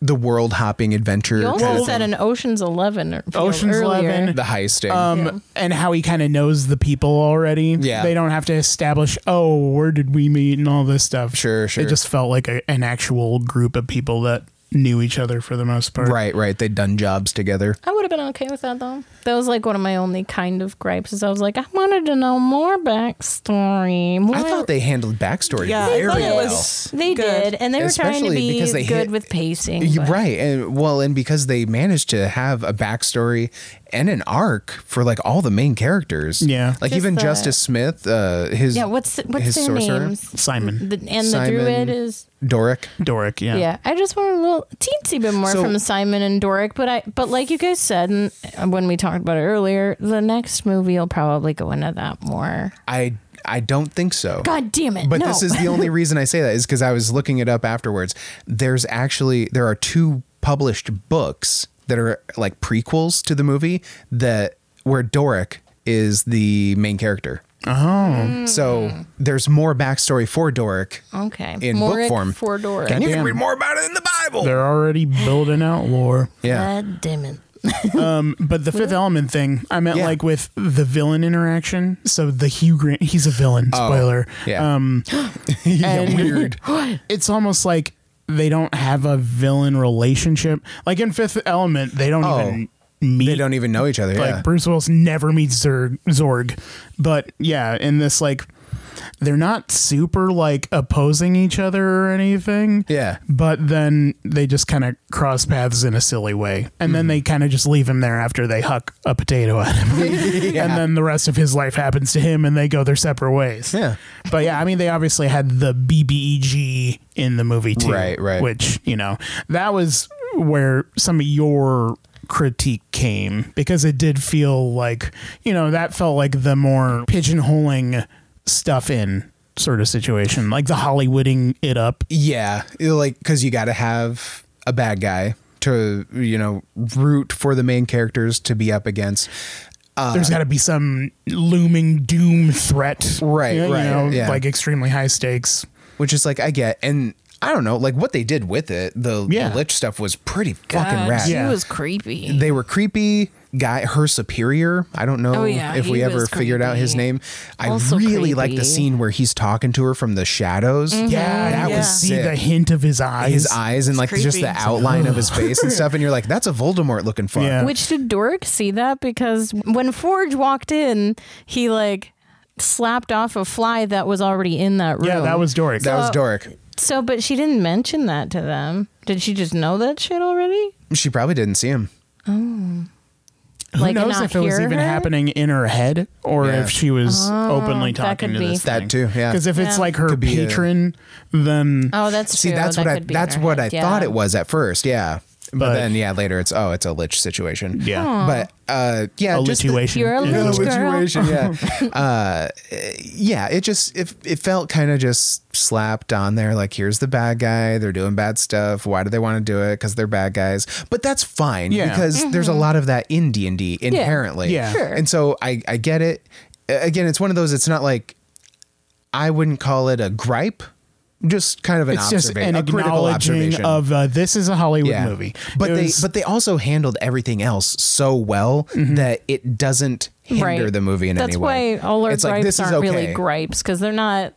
The world hopping adventure,
You
kind
almost
of
said an Ocean's Eleven or you know,
Ocean's
earlier.
Eleven.
the heisting.
um
Yeah.
and how he kind of knows the people already.
Yeah.
They don't have to establish, "Oh, where did we meet?" and all this stuff.
Sure, sure.
It just felt like a, an actual group of people that knew each other for the most part.
right, right. They'd done jobs together.
I would have been okay with that though. That was like one of my only kind of gripes. Is I was like, I wanted to know more backstory. More
I thought they handled backstory
Yeah,
very
I thought it
well.
was
They
good.
did, and they were trying to
Especially
be
because
good
they hit-
with pacing.
Y-
but-
Right. And well, and because they managed to have a backstory and an arc for like all the main characters.
Yeah.
Like
Just
even
the-
Justice Smith, uh his
Yeah. What's what's
his
their
sorcerer,
names?
Simon
The, and
Simon-
the druid is
Doric.
Doric, yeah.
yeah. I just want a little teensy bit more
So-
from Simon and Doric, but I but like you guys said and when we talked about it earlier, the next movie will probably go into that more.
I I don't think so.
God damn it!
But
no.
this is the only reason I say that is because I was looking it up afterwards. There's actually there are two published books that are like prequels to the movie that where Doric is the main character.
Uh-huh.
Oh. So there's more backstory for Doric
okay
in book
Morik
form.
for Doric.
And you can
Damn.
read more about it in the Bible.
They're already building out lore.
yeah.
God damn it!
But the fifth element thing, I meant
Yeah.
like with the villain interaction. So the Hugh Grant, he's a villain. Spoiler.
Oh, yeah.
Um, and
weird.
It's almost like they don't have a villain relationship. Like in Fifth Element, they don't
Oh.
even meet.
They don't even know each other.
like
yeah.
Bruce Willis never meets Zerg, Zorg. But yeah, in this like, they're not super like opposing each other or anything.
yeah.
But then they just kind of cross paths in a silly way. And
Mm-hmm.
then they kind of just leave him there after they huck a potato at him. And then the rest of his life happens to him and they go their separate ways.
Yeah.
But yeah, I mean, they obviously had the BBEG in the movie too.
Right, right.
Which, you know, that was where some of your critique came because it did feel like, you know, that felt like the more pigeonholing stuff in sort of situation, like the Hollywooding it up
Yeah. It- Like, because you got to have a bad guy to, you know, root for the main characters to be up against. Uh-huh.
there's got to be some looming doom threat,
Right,
You
right,
know,
yeah.
like extremely high stakes.
which is like I get and I don't know like what they did with it the,
Yeah.
the lich stuff was pretty fucking
God,
rad
she
Yeah.
was creepy.
they were creepy guy her superior I don't know
Oh, yeah,
if we
he
ever
was
figured out his
creepy.
name I
Also
really like the
creepy. Mm-hmm.
scene where he's talking to her from the shadows
Yeah,
that
you
yeah.
can
was
see
sick.
the hint of his eyes.
his eyes and like
It's
just the
creepy.
outline of his face and stuff and you're like that's a Voldemort looking fuck
Yeah.
Which did Doric see that? Because when Forge walked in, he like slapped off a fly that was already in that room.
Yeah, that was Doric.
that was Doric
so. But she didn't mention that to them. Did she just know that shit already?
she probably didn't see him
Who
like,
knows
not
if it was
hear
even
her? Oh,
happening in her head or
Yeah.
if she was openly
that
talking
could
to
be.
this
That too, yeah.
Because if
Yeah.
it's like her
Could be a-
patron, then
Oh, that's
see
true.
that's
That
what I
could be in
that's
her
what
head,
I
yeah.
thought it was at first yeah but,
But-
then yeah later it's oh it's a lich situation
yeah,
but uh yeah
a
just the-
lituation.
You're a
Yeah.
lich. girl.
situation. Yeah. uh, yeah. It just it, it felt kind of just slapped on there. Like here's the bad guy. They're doing bad stuff. Why do they want to do it? Because they're bad guys. But that's fine
Yeah.
because there's a lot of that in D and D inherently.
Mm-hmm. Yeah. Sure.
And so I I get it. A- Again, it's one of those. It's not like I wouldn't call it a gripe. Just kind of an
It's just
observation,
an
a critical
acknowledging
observation
of uh, this is a Hollywood movie.
but
It
they
was-
but they also handled everything else so well
Mm-hmm.
that it doesn't hinder
Right.
the movie in
That's
any way.
why all our
It's like,
gripes
this is
aren't really
okay.
gripes because they're not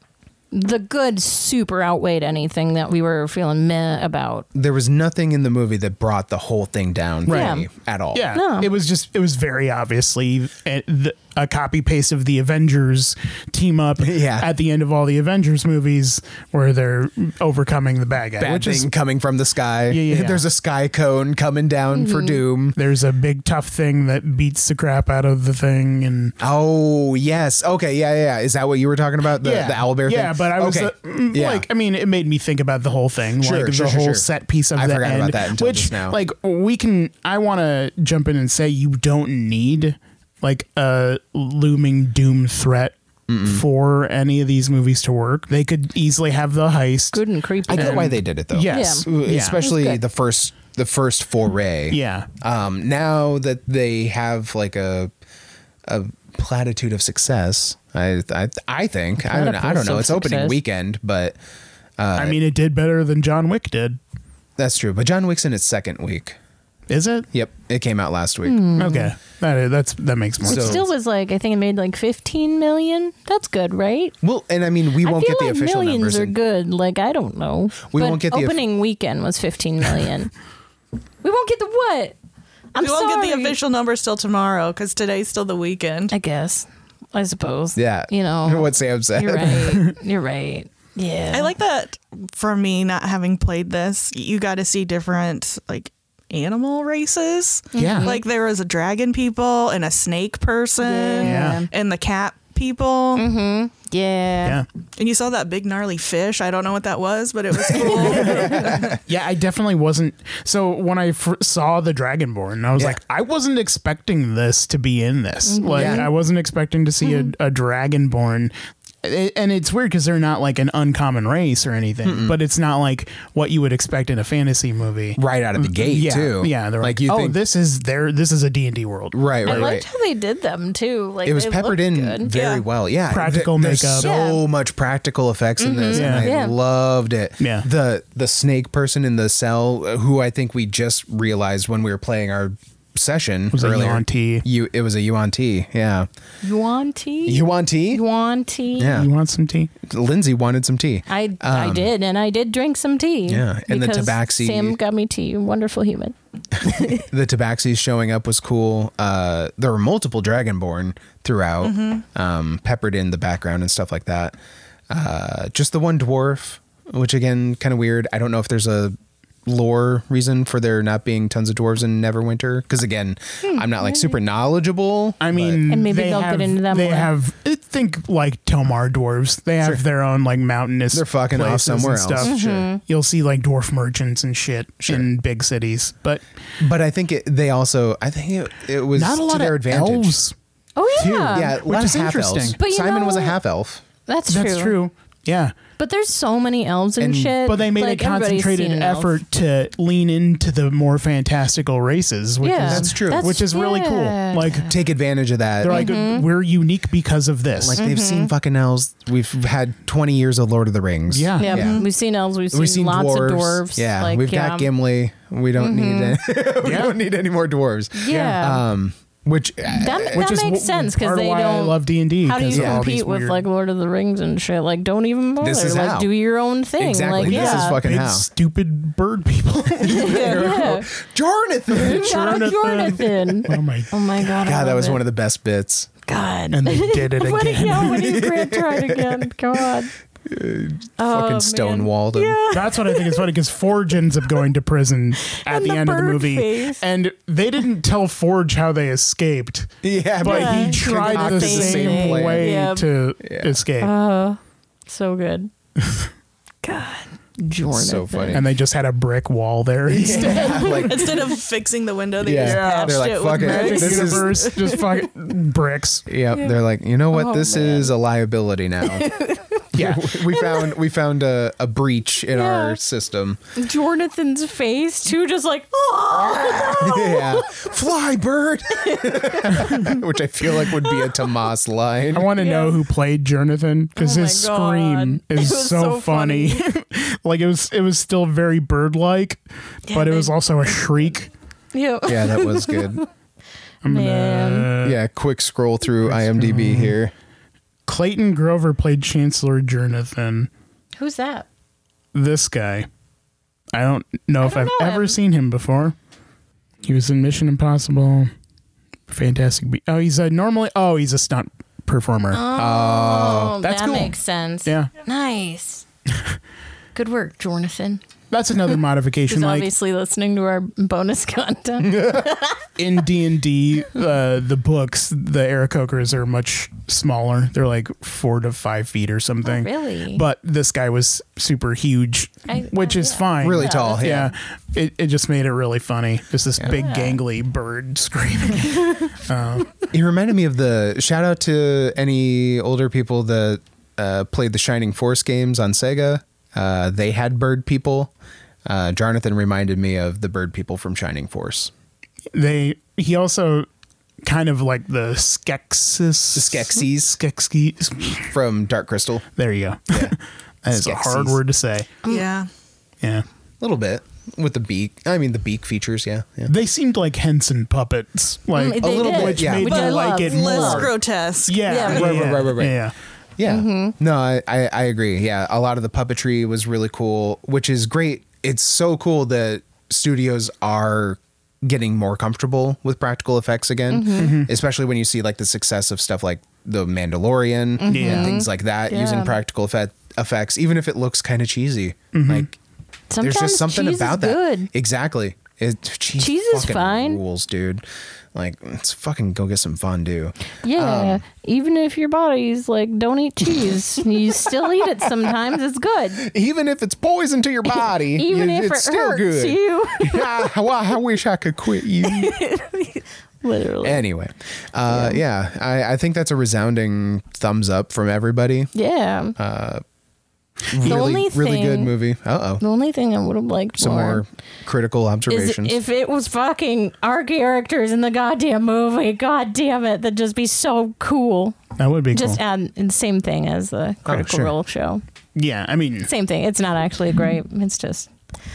the good super outweighed anything that we were feeling meh about.
There was nothing in the movie that brought the whole thing down for
Right.
me at all.
Yeah,
No.
it was just it was very obviously a, the- a copy paste of the Avengers team up
Yeah.
at the end of all the Avengers movies where they're overcoming the bad guy,
Bad
which
thing
is
coming from the sky.
Yeah, yeah,
There's
yeah.
a sky cone coming down
Mm-hmm.
for Doom.
there's a big tough thing that beats the crap out of the thing and
Oh yes. Okay. Yeah. Yeah. yeah. Is that what you were talking about? The, the owlbear thing.
Yeah, but I was
Okay.
uh, mm,
Yeah.
like, I mean, it made me think about the whole thing,
Sure,
like the
sure, sure,
whole
sure.
set piece of
I
the
forgot
end,
about that until
which,
just now.
like, we can. I want to jump in and say you don't need like a looming doom threat. For any of these movies to work, they could easily have the heist.
Good and creepy.
I get why they did it though.
Yes.
Yeah.
um, Yeah.
Especially
Okay.
the first the first foray.
Yeah.
Um, now that they have like a a platitude of success, I I, I think I don't know, I don't know.
Platypus
It's
of
opening
success.
weekend, but Uh,
I mean, it did better than John Wick did.
that's true. But John Wick's in its second week.
Is it?
Yep, it came out last week.
Hmm. Mm-hmm.
Okay. That that's that makes more
So-
sense.
Still was like I think it made like 15 million. That's good, right?
Well, and I mean we
I
won't
feel
get the
like
official
millions
numbers.
are
in-
good. Like I don't know.
We
But
won't get the-
opening weekend was 15 million. we won't get the what? I'm
we won't
sorry.
get the official numbers till tomorrow because today's still the weekend.
I guess. I suppose.
Yeah,
You know.
what Sam said.
You're right. You're right. Yeah.
I like that for me not having played this, you got to see different like animal races.
Yeah.
Mm-hmm.
Like there was a dragon people and a snake person
Yeah. Yeah.
and the cat people.
Mm-hmm. Yeah.
yeah.
And you saw that big gnarly fish. I don't know what that was, but it was cool.
Yeah, I definitely wasn't. So when I fr- saw the Dragonborn, I was
Yeah.
like, I wasn't expecting this to be in this. Like,
Yeah.
I wasn't expecting to see a, a Dragonborn. A- And it's weird because they're not like an uncommon race or anything, but it's not like what you would expect in a fantasy movie.
Right out of the gate
Mm, yeah,
too.
Yeah, they're like,
you
oh,
think
this is their this is a D and D world.
right,
I
right, right.
liked how they did them too. Like
it was
they
peppered
looked
in
good.
very
Yeah.
well. Yeah,
Practical
there's
makeup.
So
Yeah.
much practical effects in this,
Yeah.
and I
Yeah.
loved it.
Yeah.
the the snake person in the cell, uh, who I think we just realized when we were playing our session
was a
earlier.
Yuan Ti.
You, it was a Yuan T. Yeah,
Yuan tea.
Yuan T.
Yuan tea.
Yeah,
You want some tea?
Lindsay wanted some tea.
I I did, and I did drink some tea.
Yeah, and the
because
Tabaxi-
Sam got me tea. Wonderful human.
the Tabaxis showing up was cool. Uh, there were multiple Dragonborn throughout, um, peppered in the background and stuff like that. Uh, just the one dwarf, which again, kind of weird. I don't know if there's a lore reason for there not being tons of dwarves in Neverwinter. Because again, I'm not like super knowledgeable.
I mean,
And maybe
they
they'll get
have,
into them
They
more.
have I think like Tomar dwarves. They have their own like mountainous.
They're fucking off
places and
somewhere else.
Mm-hmm.
Stuff.
Sure.
You'll see like dwarf merchants and shit in big cities, but
But I think it, they also, I think it, it was
not a
to
lot
their
of
advantage.
elves.
Oh yeah,
Too.
Yeah,
Which
which
is
is interesting.
interesting. But
you
Simon was a
know-
half elf.
that's,
That's
true.
true. Yeah,
But there's so many elves and,
And-
shit.
but they made
Like,
a
everybody's
concentrated
seen an elf.
effort to lean into the more fantastical races, which
Yeah,
is
That's true.
which is really cool.
yeah. Mm-hmm.
Like
Take advantage of that.
they're like we're unique because of this.
Like they've seen fucking elves. We've had twenty years of Lord of the Rings.
yeah,
yeah,
Yeah.
we've seen elves. We've seen,
We've seen
lots
dwarves.
of dwarves.
Yeah,
like,
we've got
yeah. Mm-hmm.
Gimli. We don't need any, we
Yeah.
don't need any more dwarves.
Yeah,
Um, which
that, that makes
w-
sense because
part of
they
why
don't.
I love D and D.
how do you
all
compete with like Lord of the Rings and shit? Like, don't even bother.
This is
like,
how.
do your own thing.
Exactly.
Like,
This is
yeah.
fucking-
big
how?
stupid bird people?
yeah.
Jonathan.
Shout out
Jonathan.
Jonathan.
oh my
Oh my god.
God, that was one of the best bits.
God.
and they did it
What
again.
yeah, when he grabbed her out again. God.
fucking
Oh, man.
stonewalled him.
That's what I think is funny because Forge ends up going to prison at
And
the,
the
end of the
bird
movie,
face.
and they didn't tell Forge how they escaped,
Yeah,
but
Yeah.
he tried the
Concocted
same,
the same plan.
way
Yeah.
to escape,
Uh, So good. God. Jordan.
So funny.
and they just had a brick wall there instead.
like,
Instead of fixing the window, they
Yeah.
just
Yeah.
patched
They're like,
it
"Fuck it."
with
Magic
This is-
universe, just fucking bricks.
yep, they're like, you know what?
Oh,
this
man.
is a liability now.
Yeah,
we found we found a, a breach in
Yeah.
our system.
Jonathan's face too, just like oh.
yeah, fly bird, which I feel like would be a Tomas line.
I want to know who played Jonathan because
Oh
his
my God.
scream
It
is
was
so,
so
funny.
funny.
like it was, it was still very bird-like, but it
they-
was also a shriek.
yeah.
Yeah, that was good.
Man.
Yeah, quick scroll through IMDb here.
Clayton Grover played Chancellor Jernathan.
Who's that?
This guy. I don't know if
don't
I've
know
ever
him.
seen him before. He was in Mission Impossible, Fantastic. Be- oh, he's a normally. Oh, he's a stunt performer.
Oh,
that's
that
cool.
makes sense.
Yeah.
Nice. Good work, Jonathan.
That's another
Who's
modification. Like
obviously listening to our bonus content.
in D and D, uh, the books, the Aarakocras are much smaller. They're like four to five feet or something.
Oh, really?
But this guy was super huge,
I-
which
oh,
is
yeah.
fine.
Really tall. Yeah.
Yeah, it, it just made it really funny. Just this big gangly bird screaming.
He reminded me of the shout out to any older people that uh, played the Shining Force games on Sega. Uh, they had bird people. Uh, Jonathan reminded me of the bird people from Shining Force.
they he also kind of like the Skeksis,
The Skeksis
Skeksis.
from Dark Crystal.
There you go. that is a hard
Skeksis.
word to say.
"Mm."
Yeah.
Yeah,
A little bit with the beak. I mean, the beak features. Yeah. Yeah.
they seemed like Henson puppets. Like
Mm, they
little
did.
bit, yeah.
made
Which
me
I
like
love.
it more.
Less grotesque.
Yeah,
Yeah.
yeah,
Right, right, right, right, right.
yeah.
Yeah.
Mm-hmm.
No, I, I, I agree. Yeah. A lot of the puppetry was really cool, which is great. It's so cool that studios are getting more comfortable with practical effects again,
Mm-hmm.
especially when you see like the success of stuff like The Mandalorian
Yeah.
and things like that using
Mm-hmm. Yeah.
practical effect, effects, even if it looks kind of cheesy. Like,
Sometimes
there's just something
cheese
about
is
that.
good.
Exactly. It, cheese
Cheese is
fucking
fine.
Rules, dude. Like, let's fucking go get some fondue.
Yeah.
Um,
Even if your body's like, don't eat cheese, you still eat it sometimes. It's good.
Even if it's poison to your body,
Even
it-
if
it's
it
still
hurts
good.
you.
I, I wish I could quit you.
Literally.
anyway, uh, yeah, I, I think that's a resounding thumbs up from everybody.
yeah.
uh, really,
only
really good
thing-
movie. Uh oh,
the only thing I would have liked
some
more,
more critical
is
observations.
if it was fucking our characters in the goddamn movie. God damn it. That'd just be so cool.
That would be
Just
cool.
add the same thing as the Critical
sure.
Role show.
yeah, I mean,
Same thing. It's not actually a great. It's just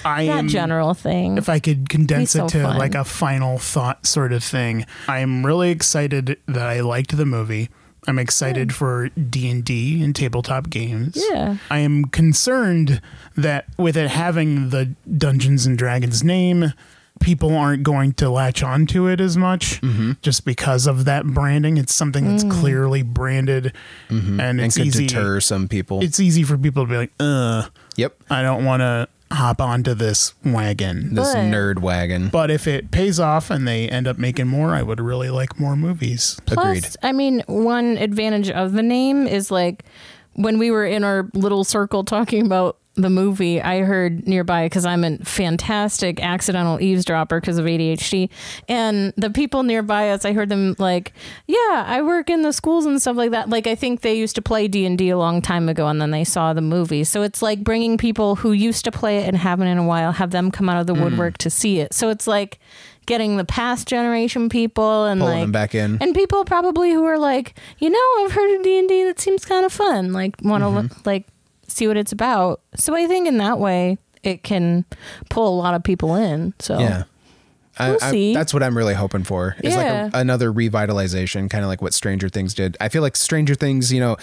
I
that
am.
general thing.
If I could condense
It'd
it
be
to
so fun.
like a final thought sort of thing, I'm really excited that I liked the movie. I'm excited for D and D and tabletop games.
Yeah.
I am concerned that with it having the Dungeons and Dragons name, people aren't going to latch onto it as much just because of that branding. It's something that's
Mm.
clearly branded, Mm-hmm. and
and
it's
could
easy.
deter some people.
It's easy for people to be like, "Uh,
yep,
I don't want to hop onto this wagon."
this
But-
nerd wagon.
But if it pays off and they end up making more, I would really like more movies.
Plus,
Agreed.
I mean, one advantage of the name is like when we were in our little circle talking about the movie, I heard nearby because I'm a fantastic accidental eavesdropper because of ADHD. And the people nearby us, I heard them like, yeah, I work in the schools and stuff like that. Like, I think they used to play D&D a long time ago and then they saw the movie. So it's like bringing people who used to play it and haven't in a while, have them come out of the
Mm.
woodwork to see it. So it's like getting the past generation people and
Pulling
like
them back in.
and people probably who are like you know i've heard of d&d that seems kind of fun like want to
Mm-hmm.
like see what it's about so i think in that way it can pull a lot of people in so
yeah. I,
Oh. We'll
I-
see.
that's what I'm really hoping for. It's
Yeah.
like a, another revitalization, kind of like what Stranger Things did. I feel like Stranger Things, you know,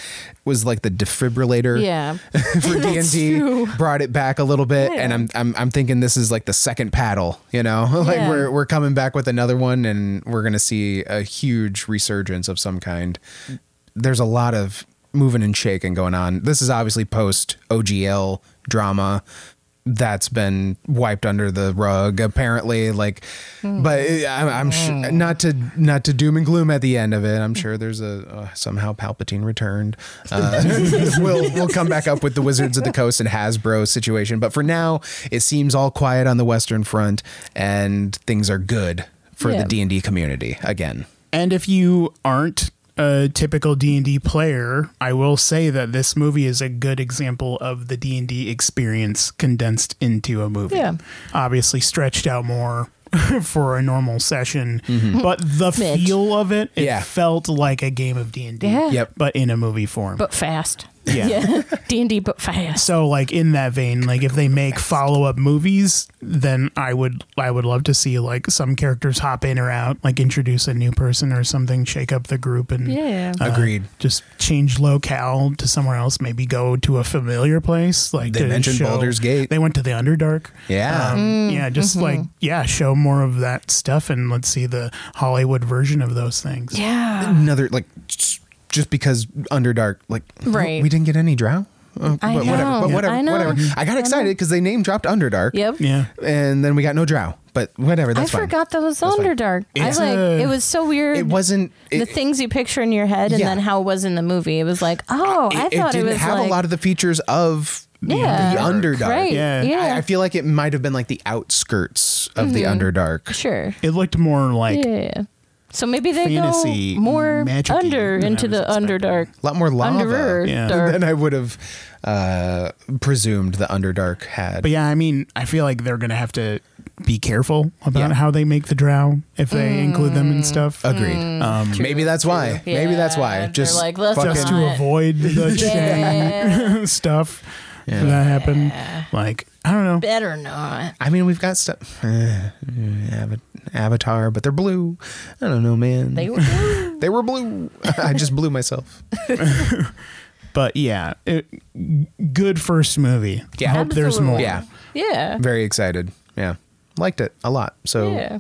was like the defibrillator
yeah
for D and D,
true.
brought it back a little bit, and
Yeah.
I'm, I'm I'm thinking this is like the second paddle, you know, like
Yeah.
we're we're coming back with another one, and we're gonna see a huge resurgence of some kind. There's a lot of moving and shaking going on. This is obviously post OGL drama that's been wiped under the rug apparently like but it- i'm, I'm su- not to not to doom and gloom at the end of it i'm sure there's a uh, somehow palpatine returned uh, we'll we'll come back up with the wizards of the coast and hasbro situation but for now it seems all quiet on the western front and things are good for
Yeah.
the d&d community again
And if you aren't a typical D&D player, I will say that this movie is a good example of the D&D experience condensed into a movie.
Yeah.
Obviously stretched out more for a normal session, but the
Smidge.
feel of it, it
Yeah.
felt like a game of D&D,
Yeah.
Yep.
but in a movie form.
but fast
Yeah.
D and D, but fast.
So like in that vein, like if they make follow up movies, then I would I would love to see like some characters hop in or out, like introduce a new person or something, shake up the group and uh,
Yeah.
Agreed.
just change locale to somewhere else, maybe go to a familiar place. Like
They
to
mentioned Baldur's Gate.
They went to the Underdark.
Yeah.
Um,
Mm.
yeah, just
Mm-hmm.
like yeah, show more of that stuff and let's see the Hollywood version of those things.
Yeah.
Another like just just because Underdark like
Right.
we didn't get any drow. Uh,
I
but whatever,
know.
but
Yeah.
whatever,
I know.
whatever. I got excited because they name dropped Underdark.
Yep.
Yeah.
And then we got no drow. But whatever,
I
that's fine.
forgot that was Underdark. I
It's
like
a-
it was so weird.
It wasn't it,
the things you picture in your head, and
Yeah.
then how it was in the movie. It was like, oh, I
it, it
thought it,
didn't
was
have
like
a lot of the features of
Yeah.
the Underdark.
right.
Yeah.
Yeah. Mm-hmm.
I, I feel like it might have been like the outskirts of the Underdark.
sure.
It looked more like
Yeah. So maybe they
Fantasy,
go more
magic-y
under
than I
into
was
the
expecting.
Underdark.
A lot more lava
Underer
Yeah.
dark.
than I would have uh, presumed the Underdark had.
But yeah, I mean, I feel like they're gonna have to be careful about
Yeah.
how they make the drow if they include them and stuff.
Agreed.
Um,
Maybe that's why. Maybe that's
Yeah,
why.
they're
Just
like, let's
fucking-
just to
Not-
avoid the chain stuff
Yeah.
that happened. Like I don't know.
Better not.
I mean, we've got stuff. eh, Ava- Avatar, but they're blue. I don't know, man.
They were.
They were blue. I just blew myself.
But yeah, it, good first movie.
Yeah.
hope there's
Absolutely.
more.
Yeah.
yeah.
Very excited. Yeah. Liked it a lot. So
Yeah.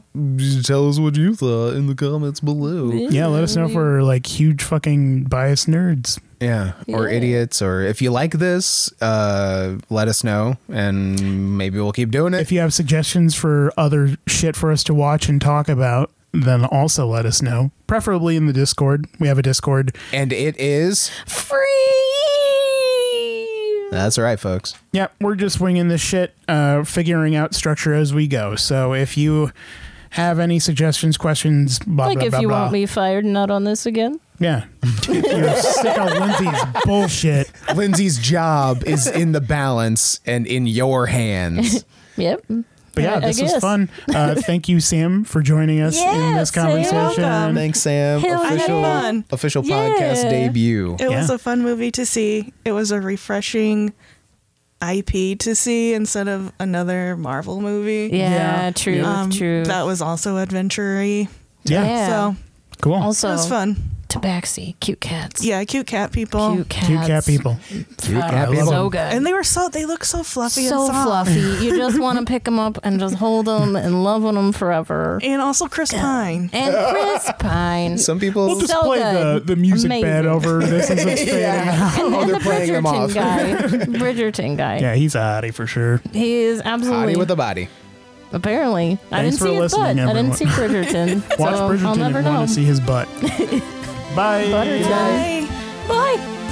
tell us what you thought in the comments below.
Yeah, let us know if we're like huge fucking biased nerds.
Yeah, or
Yeah.
idiots, or if you like this, uh, let us know, and maybe we'll keep doing it.
If you have suggestions for other shit for us to watch and talk about, then also let us know. Preferably in the Discord. We have a Discord.
and it is.
Free.
That's right, folks.
Yeah, we're just winging this shit, uh, figuring out structure as we go. So if you have any suggestions, questions, blah
Like
blah
if
blah,
you
blah.
want me fired, not on this again.
yeah. if you're sick of Lindsay's bullshit,
Lindsay's job is in the balance and in your hands.
Yep.
But yeah,
I- I
this was
guess.
fun. Uh, thank you, Sam, for joining us in this
Yes, Sam.
conversation.
Thanks, Sam.
Hell yeah.
I had
official
fun.
official
Yeah.
podcast debut.
It was
Yeah.
a fun movie to see. It was a refreshing IP to see instead of another Marvel movie.
Yeah.
Yeah.
True.
Um,
true.
That was also adventure-y.
Yeah,
Yeah.
So
cool.
also,
it was fun.
Tabaxi, cute cats.
Yeah, cute cat people.
Cute cats.
Cute cat people.
Cute
Fuck,
cat
people.
So good.
And they were so they look so fluffy
so
and soft.
fluffy. You just want to pick them up and just hold them and love on them forever.
And also Chris Pine.
And Chris Pine.
Some people.
We'll
Just
So
play
good.
the the music
Amazing.
bed over this as it's fading out.
and, and
Oh, they're
the
playing
Bridgerton
them off.
guy. Bridgerton guy.
Yeah, he's a hottie for sure.
He is
Body
absolutely.
with a body.
apparently, I
Thanks
didn't
for
see his butt.
listening,
I didn't
everyone.
see
Watch
Bridgerton. so I'll
Bridgerton
never
and
know.
want to see his butt. Bye.
Butterton.
Bye.
Bye.